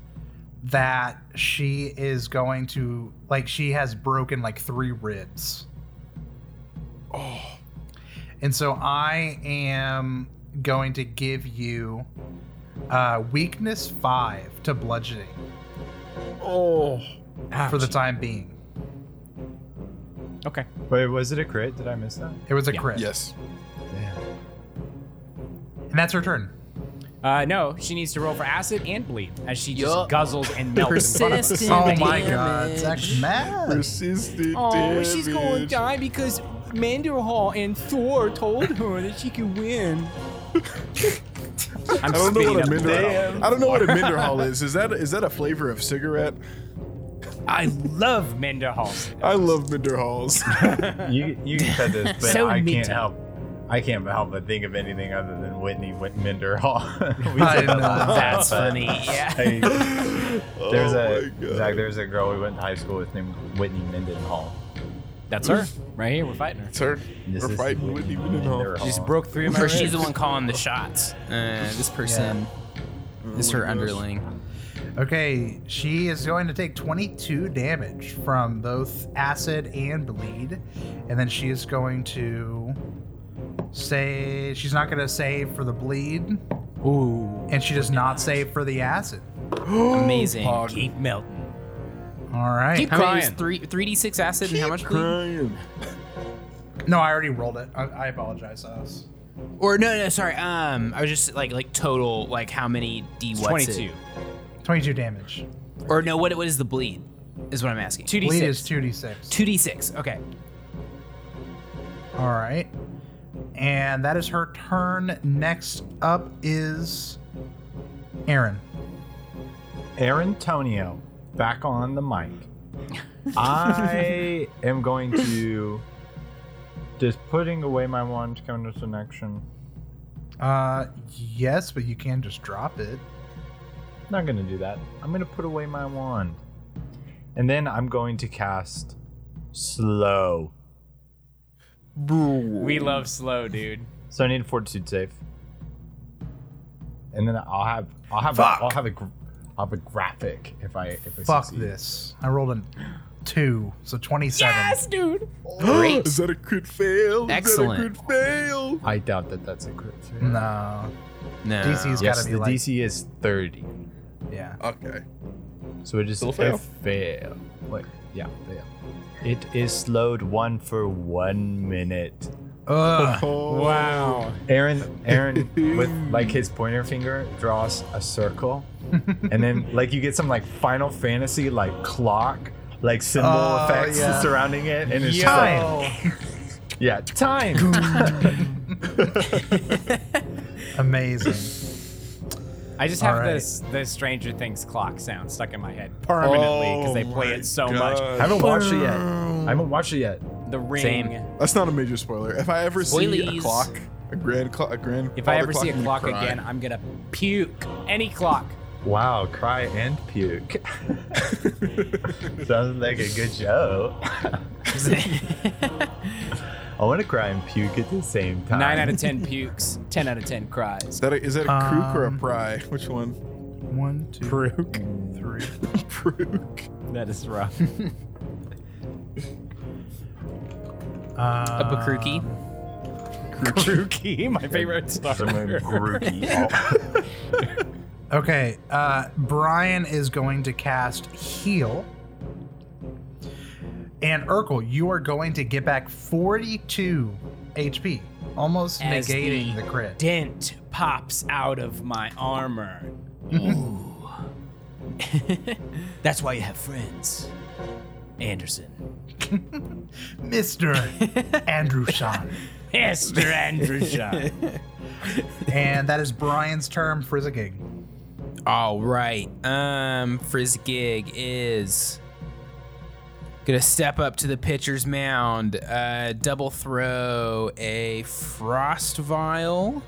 S2: that she is going to like she has broken like three ribs. Oh. And so I am going to give you uh, weakness five to bludgeoning
S3: Oh,
S2: for the time being.
S1: Okay.
S5: Wait, was it a crit? Did I miss that?
S2: It was a
S1: Yeah.
S2: crit.
S3: yes.
S5: Damn.
S2: And that's her turn.
S1: Uh, no, she needs to roll for acid and bleed as she just
S4: Yup.
S1: guzzles and melts. in front of us.
S6: Persistent.
S2: Oh
S6: Damage.
S2: my god, Zach's mad.
S3: Persistent
S1: Oh, she's going to
S3: damage.
S1: die because Manderhall and Thor told her Oh, that she could win. I'm
S3: I don't know
S1: spitting
S3: what a
S1: up
S3: minder. I don't know what a minder hall is. Is that is that a flavor of cigarette?
S1: I love Manderhall.
S3: I love minder halls.
S5: You you can cut this, but
S6: So
S5: I
S6: meaty.
S5: can't help. I can't help but think of anything other than Whitney Whitminder Hall. we
S2: I know.
S6: That's funny. Yeah.
S5: Hey, there's
S3: Oh my
S5: a
S3: God.
S5: Zach. There's a girl we went to high school with named Whitney Mindenhall.
S1: That's her. Right here, we're fighting her.
S3: Sir,
S5: This
S3: we're
S5: is
S3: fighting Whitney Mindenhall.
S5: Mindenhall.
S1: She just broke through my
S6: Or
S1: ribs.
S6: she's the one calling the shots. Uh, this person is her underling.
S2: Okay, she is going to take 22 damage from both acid and bleed, and then she is going to say she's not going to save for the bleed,
S1: Ooh,
S2: and she does not save for the acid.
S6: Amazing.
S1: keep melting.
S2: All right.
S6: Keep how many
S1: crying.
S6: is three three d six acid and how much? bleed?
S3: Crying.
S2: No, I already rolled it. I, I apologize, us.
S6: Or no, no, sorry. Um, I was just like like total like how many d what's
S1: Twenty-two.
S2: 22 damage.
S6: It? Or no, what what is the bleed? Is what I'm asking.
S1: Two D
S2: Bleed is
S1: six.
S2: 2d6.
S6: Two d six. Okay.
S2: All right. And that is her turn. Next up is Aaron.
S5: Aaron Tonio back on the mic. I am going to just putting away my wand counter action.
S2: Uh, yes, but you can just drop it.
S5: Not gonna do that. I'm gonna put away my wand, and then I'm going to cast slow.
S1: We love slow, dude.
S5: So I need a fortitude save, and then I'll have I'll have
S2: Fuck.
S5: A, I'll have a gr- I'll have a graphic if I if I
S2: Fuck
S5: succeed.
S2: this. I rolled a two, so 27.
S1: dude.
S6: Great.
S3: is that a crit fail? Is that a
S6: Excellent.
S3: crit fail?
S5: I doubt that that's a crit. fail.
S2: No.
S6: No.
S2: DC's
S5: Yes,
S2: gotta be
S5: the
S2: like,
S5: DC is 30.
S2: yeah.
S3: Okay.
S5: So it is
S3: Still
S5: a
S3: fail.
S5: fail. Wait, yeah, fail. It is slowed one for one minute.
S2: Ugh.
S3: Oh,
S1: Wow.
S5: Aaron, Aaron, with like his pointer finger, draws a circle, and then like you get some like Final Fantasy like clock, like symbol
S2: Oh,
S5: effects
S2: yeah.
S5: surrounding it, and it's just like,
S2: Time.
S5: yeah, time.
S2: Amazing.
S1: I just
S2: All
S1: have
S2: right.
S1: this the Stranger Things clock sound stuck in my head permanently because they
S3: Oh
S1: play
S3: my
S1: it so
S3: God.
S5: I haven't watched it yet. I haven't watched it yet.
S1: much. The ring.
S6: Same.
S3: That's not a major spoiler. If I ever see
S6: Spoilies.
S3: a clock, a grand clock, a grand.
S1: If I
S3: father
S1: ever see
S3: I'm
S1: a
S3: gonna
S1: clock
S3: cry.
S1: again, I'm gonna puke. Any clock.
S5: Wow, cry and puke. Sounds like a good show. I want to cry and puke at the same time.
S1: Nine out of ten pukes. Ten out of ten cries.
S3: Is that a, is that a crook or a
S2: Um,
S3: pry? Which one?
S2: One, two,
S1: Brook.
S2: three.
S3: crook.
S1: That is rough.
S2: Uh,
S6: A bakruki.
S1: Grookey, my favorite
S5: Someone
S1: star.
S5: groovy.
S2: Okay. Uh, Brian is going to cast heal. And Urkel, you are going to get back 42 HP, almost
S1: As
S2: negating
S1: the
S2: the crit.
S1: Dent pops out of my armor. That's why you have friends, Anderson.
S2: Mr. Andrew Sean.
S1: Mr. Anderson.
S2: And that is Brian's term, Frizzigig.
S6: All right. Um, Frizzgig is gonna step up to the pitcher's mound. Uh, double throw a frost vial,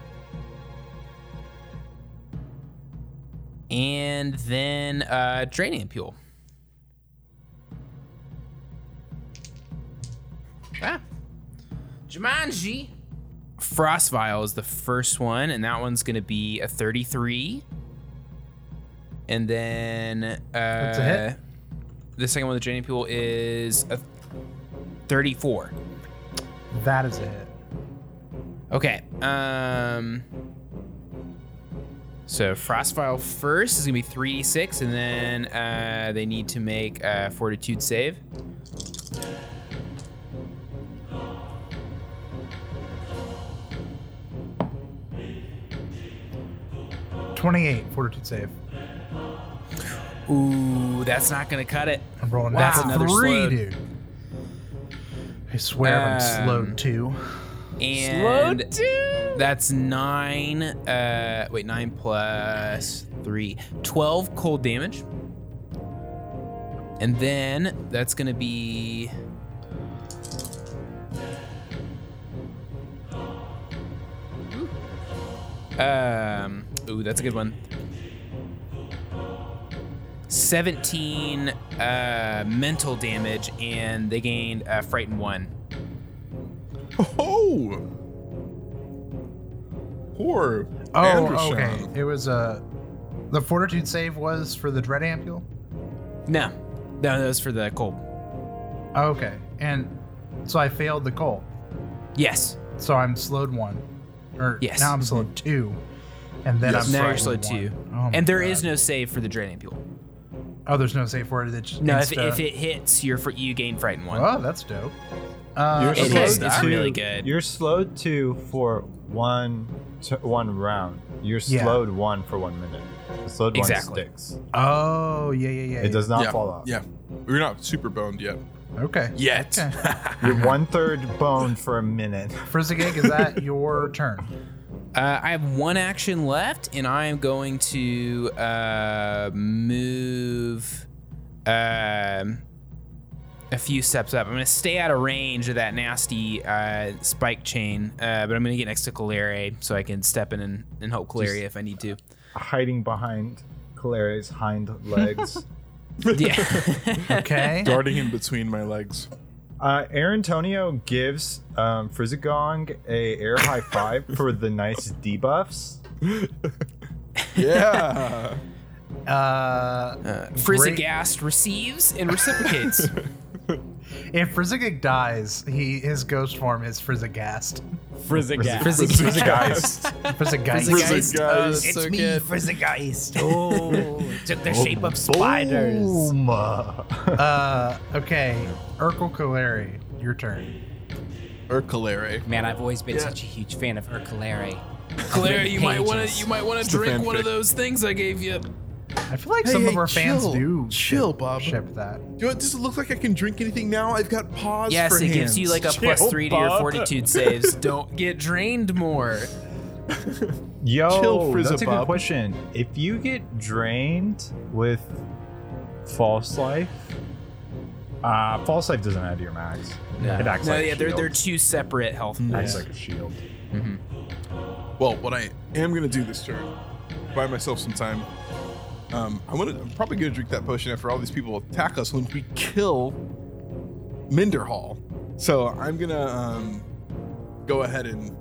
S6: and then uh, drain ampule.
S2: Ah.
S6: Jumanji. Frost Vial is the first one, and that one's gonna be a 33. And then uh,
S2: a hit.
S6: the second one, the draining pool, is a 34.
S2: That is it.
S6: Okay. Um. So Frostfile first is gonna be three six, and then uh, they need to make a Fortitude save.
S2: Twenty-eight fortitude save.
S6: Ooh, that's not gonna cut it.
S2: I'm rolling
S6: Wow.
S2: down
S6: That's another
S2: three,
S6: slowed.
S2: dude. I swear I'm
S6: Um,
S2: slowed too.
S6: And that's nine. Uh, wait, nine plus three. 12 cold damage. And then that's going to be. Um, ooh, that's a good one. 17 uh, mental damage, and they gained uh, Frightened 1.
S3: Oh, poor
S2: Oh,
S3: Anderson.
S2: okay. It was Uh, the fortitude save was for the dread ampule.
S6: No, no, that was for the cold.
S2: Okay, and so I failed the cold.
S6: Yes.
S2: So I'm slowed one, or
S6: Yes. Mm-hmm.
S2: now I'm slowed two, and then
S3: Yes.
S2: I'm
S6: now you're
S2: frightened
S6: slowed two.
S2: one. Oh my
S6: and there
S2: God.
S6: is no save for the draining pool.
S2: Oh, there's no save for it. It's just
S6: No, if,
S2: insta-
S6: if it hits, you're fr- you gain frightened one.
S2: Oh, that's dope. Uh,
S6: It
S5: slowed
S6: is. It's
S5: to-
S6: really good.
S5: You're slowed to for one to one round. You're
S2: Yeah.
S5: slowed one for one minute. The slowed
S6: Exactly.
S5: one sticks.
S2: oh, yeah, yeah, yeah.
S5: It does not
S3: yeah,
S5: fall off.
S3: Yeah, we're not super boned yet.
S2: yeah. Okay.
S3: Yet.
S2: Okay.
S5: You're one third bone for a minute.
S2: Frizzigig, is that your turn?
S6: Uh, I have one action left, and I am going to uh, move um, a few steps up. I'm going to stay out of range of that nasty uh, spike chain, uh, but I'm going to get next to Calere so I can step in and, and help Calere if I need to.
S5: Hiding behind Clara's hind legs.
S6: Yeah.
S2: Okay.
S3: Darting in between my legs.
S5: Uh, Aaron Antonio gives um, Frizzigong a air high five for the nice debuffs.
S3: Yeah.
S2: Uh,
S6: Uh, Frizzagast receives and reciprocates.
S2: if Frizzigig dies, he his ghost form is Frizzigast.
S1: Frizzagast.
S5: Frizzigast.
S2: Frizzigeist.
S3: Frizzigast.
S4: Oh, it's
S3: so
S4: me,
S3: good.
S4: Frizzageist. Oh, took the shape of
S2: Oh.
S4: spiders.
S5: Boom. Uh,
S2: Uh, okay. Urkel Kaleri, your turn.
S3: or Calere.
S1: Man, I've always been such a huge fan of Urkelare.
S6: Claire, you might want to
S1: Pages.
S6: you might want to
S3: It's a
S6: drink
S3: fanfic.
S6: one of those things I gave you.
S2: I feel like
S3: Hey,
S2: some of
S3: hey,
S2: our fans
S3: chill.
S2: do
S3: Chill,
S2: ship,
S3: Bob.
S2: ship that.
S3: Do it, does it look like I can drink anything now? I've got paws
S6: Yes,
S3: for
S6: it
S3: hands.
S6: gives you like a plus
S5: Chill,
S6: three to your
S5: Bob.
S6: fortitude saves. Don't get drained more.
S5: Yo,
S3: Chill,
S5: that's a good
S3: Frizzabub.
S5: question. If you get drained with false life, uh, false life doesn't add to your max. It acts
S6: no,
S5: like a
S6: yeah, they're
S5: shield.
S6: they're two separate health.
S5: It
S6: pools.
S5: acts like a shield.
S3: Well, what I am gonna do this turn, buy myself some time. Um, I want to. I'm probably gonna drink that potion after all these people attack us when we kill Minderhall. So I'm gonna um, go ahead and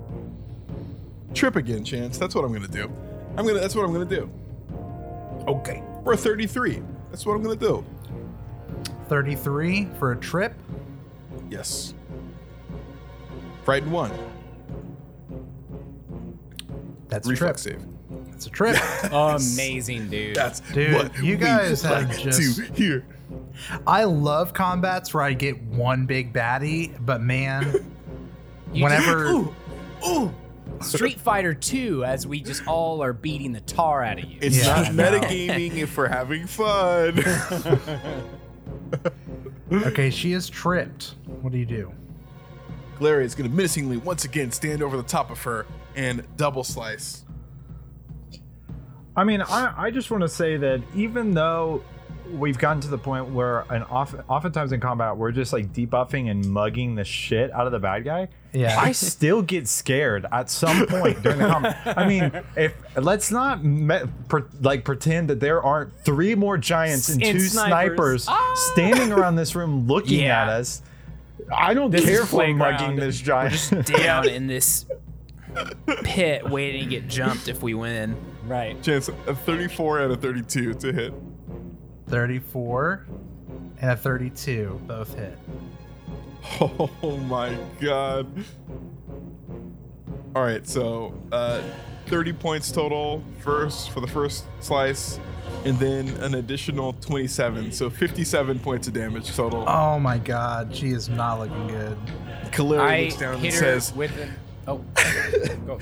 S3: trip again, Chance. That's what I'm gonna do. I'm gonna. That's what I'm gonna do.
S2: Okay.
S3: We're 33. That's what I'm gonna do.
S2: 33 for a trip.
S3: Yes. Frightened one.
S2: That's a trip.
S3: Reflex save.
S2: That's a trip. Oh,
S1: Amazing, dude.
S3: That's
S2: Dude,
S3: what
S2: you
S3: we
S2: guys have
S3: like
S2: just-
S3: to hear.
S2: I love combats where I get one big baddie, but man, whenever
S3: Ooh.
S1: Street Fighter 2, as we just all are beating the tar out of you.
S3: It's
S2: Yeah,
S3: not
S2: I know.
S3: metagaming if we're having fun.
S2: okay, she is tripped. What do you do?
S3: Larry is going to menacingly once again stand over the top of her and double slice.
S5: I mean, I, I just want to say that even though we've gotten to the point where, and often, oftentimes in combat, we're just like debuffing and mugging the shit out of the bad guy.
S2: Yeah.
S5: I still get scared at some point during the combat. I mean, if let's not me, pre, like pretend that there aren't three more giants and
S1: And
S5: two
S1: snipers.
S5: snipers, standing around this room looking
S6: Yeah.
S5: at us. I don't this
S1: care
S5: is
S1: for
S5: mugging
S1: playground.
S5: this giant.
S6: down in this pit waiting to get jumped if we win.
S1: Right.
S3: Chance a 34 out of 32 to hit.
S2: 34 and a 32 both hit.
S3: Oh my god. All right, so uh, 30 points total first for the first slice, and then an additional 27. So 57 points of damage total.
S4: Uh,
S2: Oh my god, she is not looking good.
S3: Kaleri
S4: I
S3: looks down and
S4: hit her
S3: says,
S4: with an. Oh, go, go, go.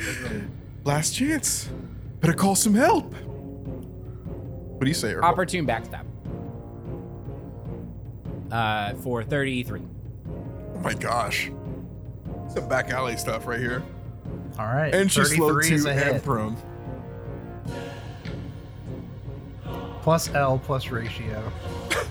S3: "Last chance. Better call some help." What do you say, Urkel?
S4: Opportune backstab.
S1: Uh, for 33.
S3: oh my gosh. Some back alley stuff right here.
S2: All right.
S3: And she's slow
S2: 33 is
S3: too
S2: a
S3: and
S2: hit.
S3: prone.
S2: Plus L plus ratio.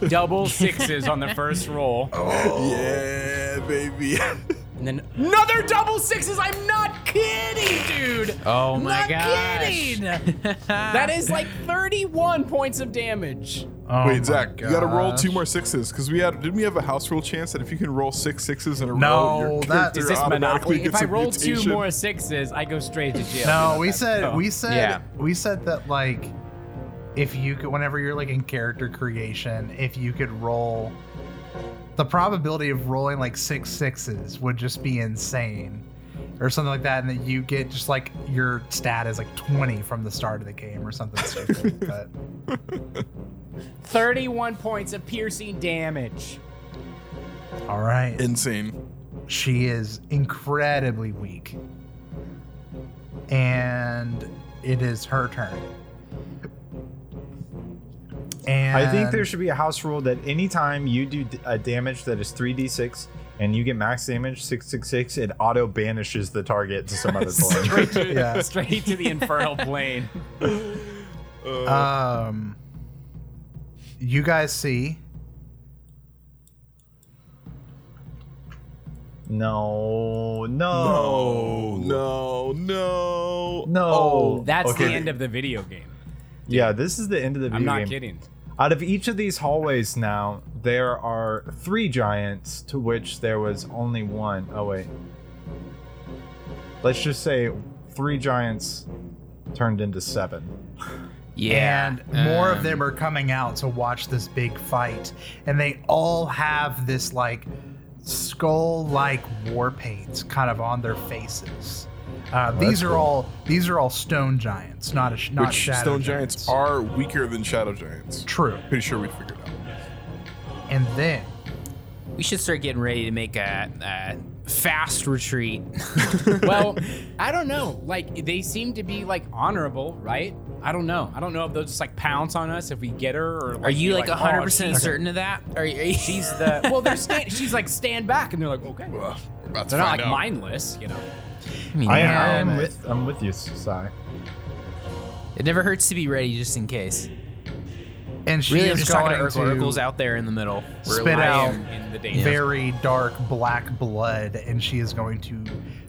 S1: Double sixes on the first roll.
S3: Yeah, baby.
S1: And then another double sixes. I'm not kidding, dude.
S6: Oh my
S1: Not
S6: god!
S1: kidding. That is like 31 points of damage.
S2: Oh my
S3: Wait, Zach, you gotta roll
S2: gosh.
S3: two more sixes because we had didn't we have a house rule chance that if you can roll six sixes in a
S2: No,
S3: row, your
S2: that-
S3: character
S2: Is
S1: Is this
S3: automatically
S1: Monopoly? If
S3: gets
S1: I
S3: a
S1: roll
S3: mutation.
S1: two more sixes, I go straight to jail.
S2: No, we said
S1: Oh.
S2: we said
S6: Yeah.
S2: we said that like if you could whenever you're like in character creation, if you could roll the probability of rolling like six sixes would just be insane. Or something like that, and that you get just like your stat is like twenty from the start of the game or something stupid. but
S1: 31 points of piercing damage.
S2: all right.
S3: Insane.
S2: She is incredibly weak. And it is her turn. And
S5: I think there should be a house rule that anytime you do d- a damage that is 3d6 and you get max damage 666, it auto banishes the target to some other point.
S1: Straight to,
S2: Yeah.
S1: straight to the infernal plane.
S2: um you guys see
S5: No,
S3: No, no,
S5: no,
S3: no, Oh.
S5: No.
S1: Oh, That's the
S5: Okay.
S1: end of the video game.
S5: Yeah, this is the end of the video
S1: I'm not
S5: game.
S1: kidding.
S5: Out of each of these hallways now, there are three giants, to which there was only one. Oh, wait. Let's just say three giants turned into seven.
S6: Yeah,
S2: and more of
S6: um,
S2: them are coming out to watch this big fight and they all have this like skull like war paints kind of on their faces uh, these are
S5: cool.
S2: all these are all stone giants not a sh- not
S3: Which
S2: shadow
S3: stone giants. are weaker than shadow giants?
S2: true
S3: Pretty sure we figured out.
S2: and then
S6: We should start getting ready to make a, a fast retreat.
S1: Well, I don't know. Like they seem to be like honorable, right? I don't know. I don't know if they'll just like pounce on us if we get her or.
S6: Are you
S1: be
S6: like
S1: "Oh,
S6: 100 percent
S1: she's
S6: certain of that? Are, you- are you-
S1: She's the well. They're stand, she's like stand back, and they're like okay.
S3: Well, we're about to
S1: They're not like
S3: find out.
S1: mindless, you know.
S6: I mean,
S5: I,
S6: yeah.
S5: I am
S2: Um,
S5: with I'm with you, Sai.
S6: it never hurts to be ready just in case.
S2: and she
S6: Really, I'm
S2: is
S6: just
S2: going
S6: talking to Urkel.
S2: to
S6: Urkel's out there in the middle. We're
S2: spit
S6: alive.
S2: out
S1: In the danger.
S2: very dark black blood and she is going to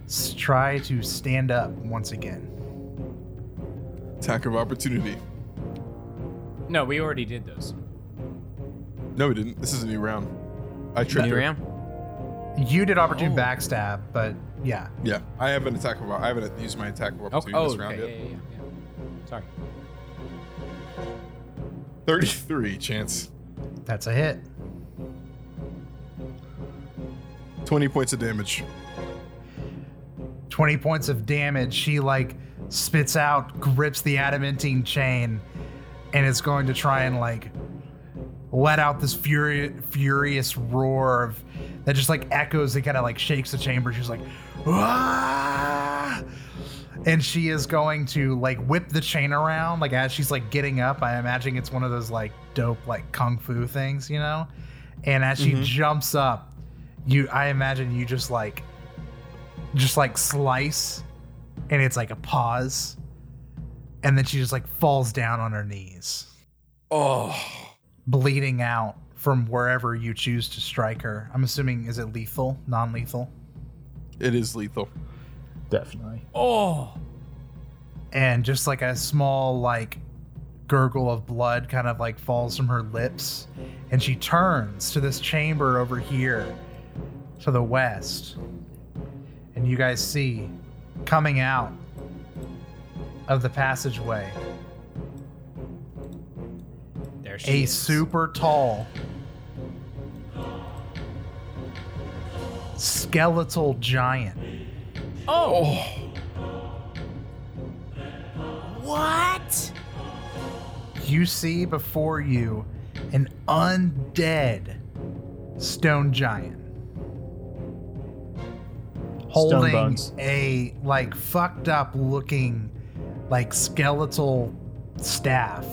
S2: s- try to stand up once again
S3: Attack of opportunity.
S1: No, we already did those.
S3: No, we didn't. This is a new round. I tripped.
S6: New
S3: her.
S6: round?
S2: you did opportune backstab but yeah
S3: Yeah, I have an attack of. I haven't used my attack of
S1: Oh,
S3: opportunity
S1: oh
S3: this
S1: okay.
S3: round
S1: yeah,
S3: yet.
S1: yeah, yeah, yeah. Sorry.
S3: Thirty-three chance.
S2: that's a hit
S3: Twenty points of damage.
S2: 20 points of damage. She like spits out, grips the adamantine chain, and is going to try and like let out this fury, furious roar of, that just like echoes and kind of like shakes the chamber. She's like, "Ah!" and she is going to like whip the chain around. Like as she's like getting up, I imagine it's one of those like dope like kung fu things, you know. And as she jumps up, you I imagine you just like just like slice and it's like a pause and then she just like falls down on her knees
S3: Oh.
S2: bleeding out from wherever you choose to strike her i'm assuming is it lethal non-lethal
S3: It is lethal.
S5: Definitely.
S1: Oh,
S2: and just like a small like gurgle of blood kind of like falls from her lips and she turns to this chamber over here to the west, and you guys see coming out of the passageway
S1: There she
S2: a
S1: is.
S2: super tall skeletal giant.
S6: Oh!
S4: What?
S2: You see before you an undead stone giant. Holding
S5: bones.
S2: a like fucked up looking like skeletal staff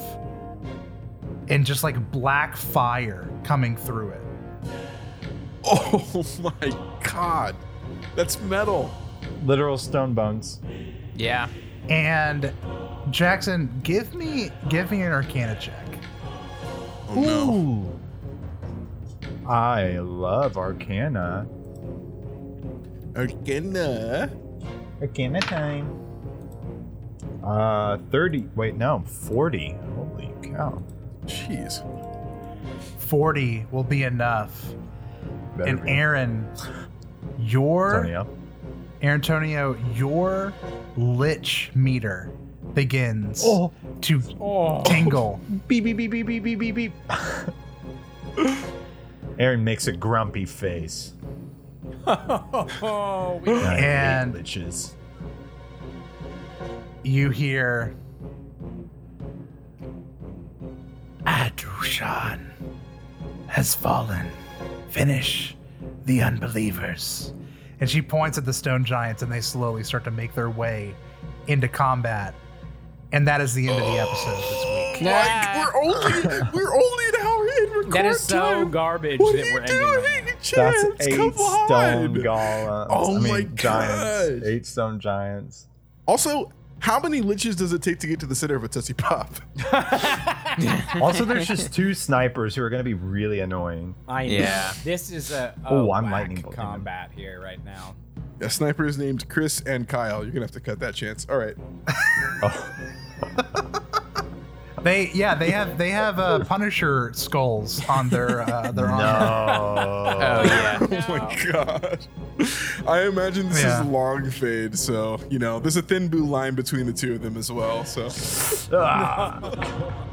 S2: and just like black fire coming through it.
S3: Oh my god. That's metal.
S5: Literal stone bones.
S6: Yeah.
S2: And Jackson, give me give me an arcana check.
S3: Oh no.
S5: I love Arcana.
S3: Arcana.
S5: Arcana time. Uh, 30. Wait, no, 40. Holy cow.
S3: Jeez.
S2: 40 will be enough.
S5: Better
S2: and
S5: be.
S2: Aaron, your
S5: Antonio.
S2: Antonio, your lich meter begins to tingle.
S1: Beep, beep, beep, beep, beep, beep, beep, beep.
S5: Aaron makes a grumpy face.
S1: Oh, we-
S5: I hate
S2: And-
S5: liches.
S2: You hear Adushan has fallen. Finish the unbelievers. And she points at the stone giants and they slowly start to make their way into combat. And that is the end of the episode this week.
S4: Yeah.
S3: Like, we're only we're only an hour in record
S1: that is so
S3: time.
S1: garbage
S3: What are
S1: that
S3: you
S1: we're ending. on.
S3: doing,
S5: That's
S3: Chance?
S5: eight
S3: Come on.
S5: stone golems.
S3: Oh
S5: I mean,
S3: my
S5: giants.
S3: gosh.
S5: Eight stone giants.
S3: Also, how many liches does it take to get to the center of a Tootsie Pop?
S5: Also, there's just two snipers who are going to be really annoying.
S1: I
S6: Yeah.
S1: This is a, a
S5: Oh, I'm
S1: whack
S5: lightning bolting him.
S1: combat here right now.
S3: Yeah, snipers named Chris and Kyle. You're gonna have to cut that chance. All right.
S2: They yeah they have they have uh, Punisher skulls on their uh, their armor.
S5: No.
S6: Oh yeah.
S3: Oh my god. I imagine this
S2: Yeah.
S3: is long fade, so you know there's a thin blue line between the two of them as well. So
S5: Ah.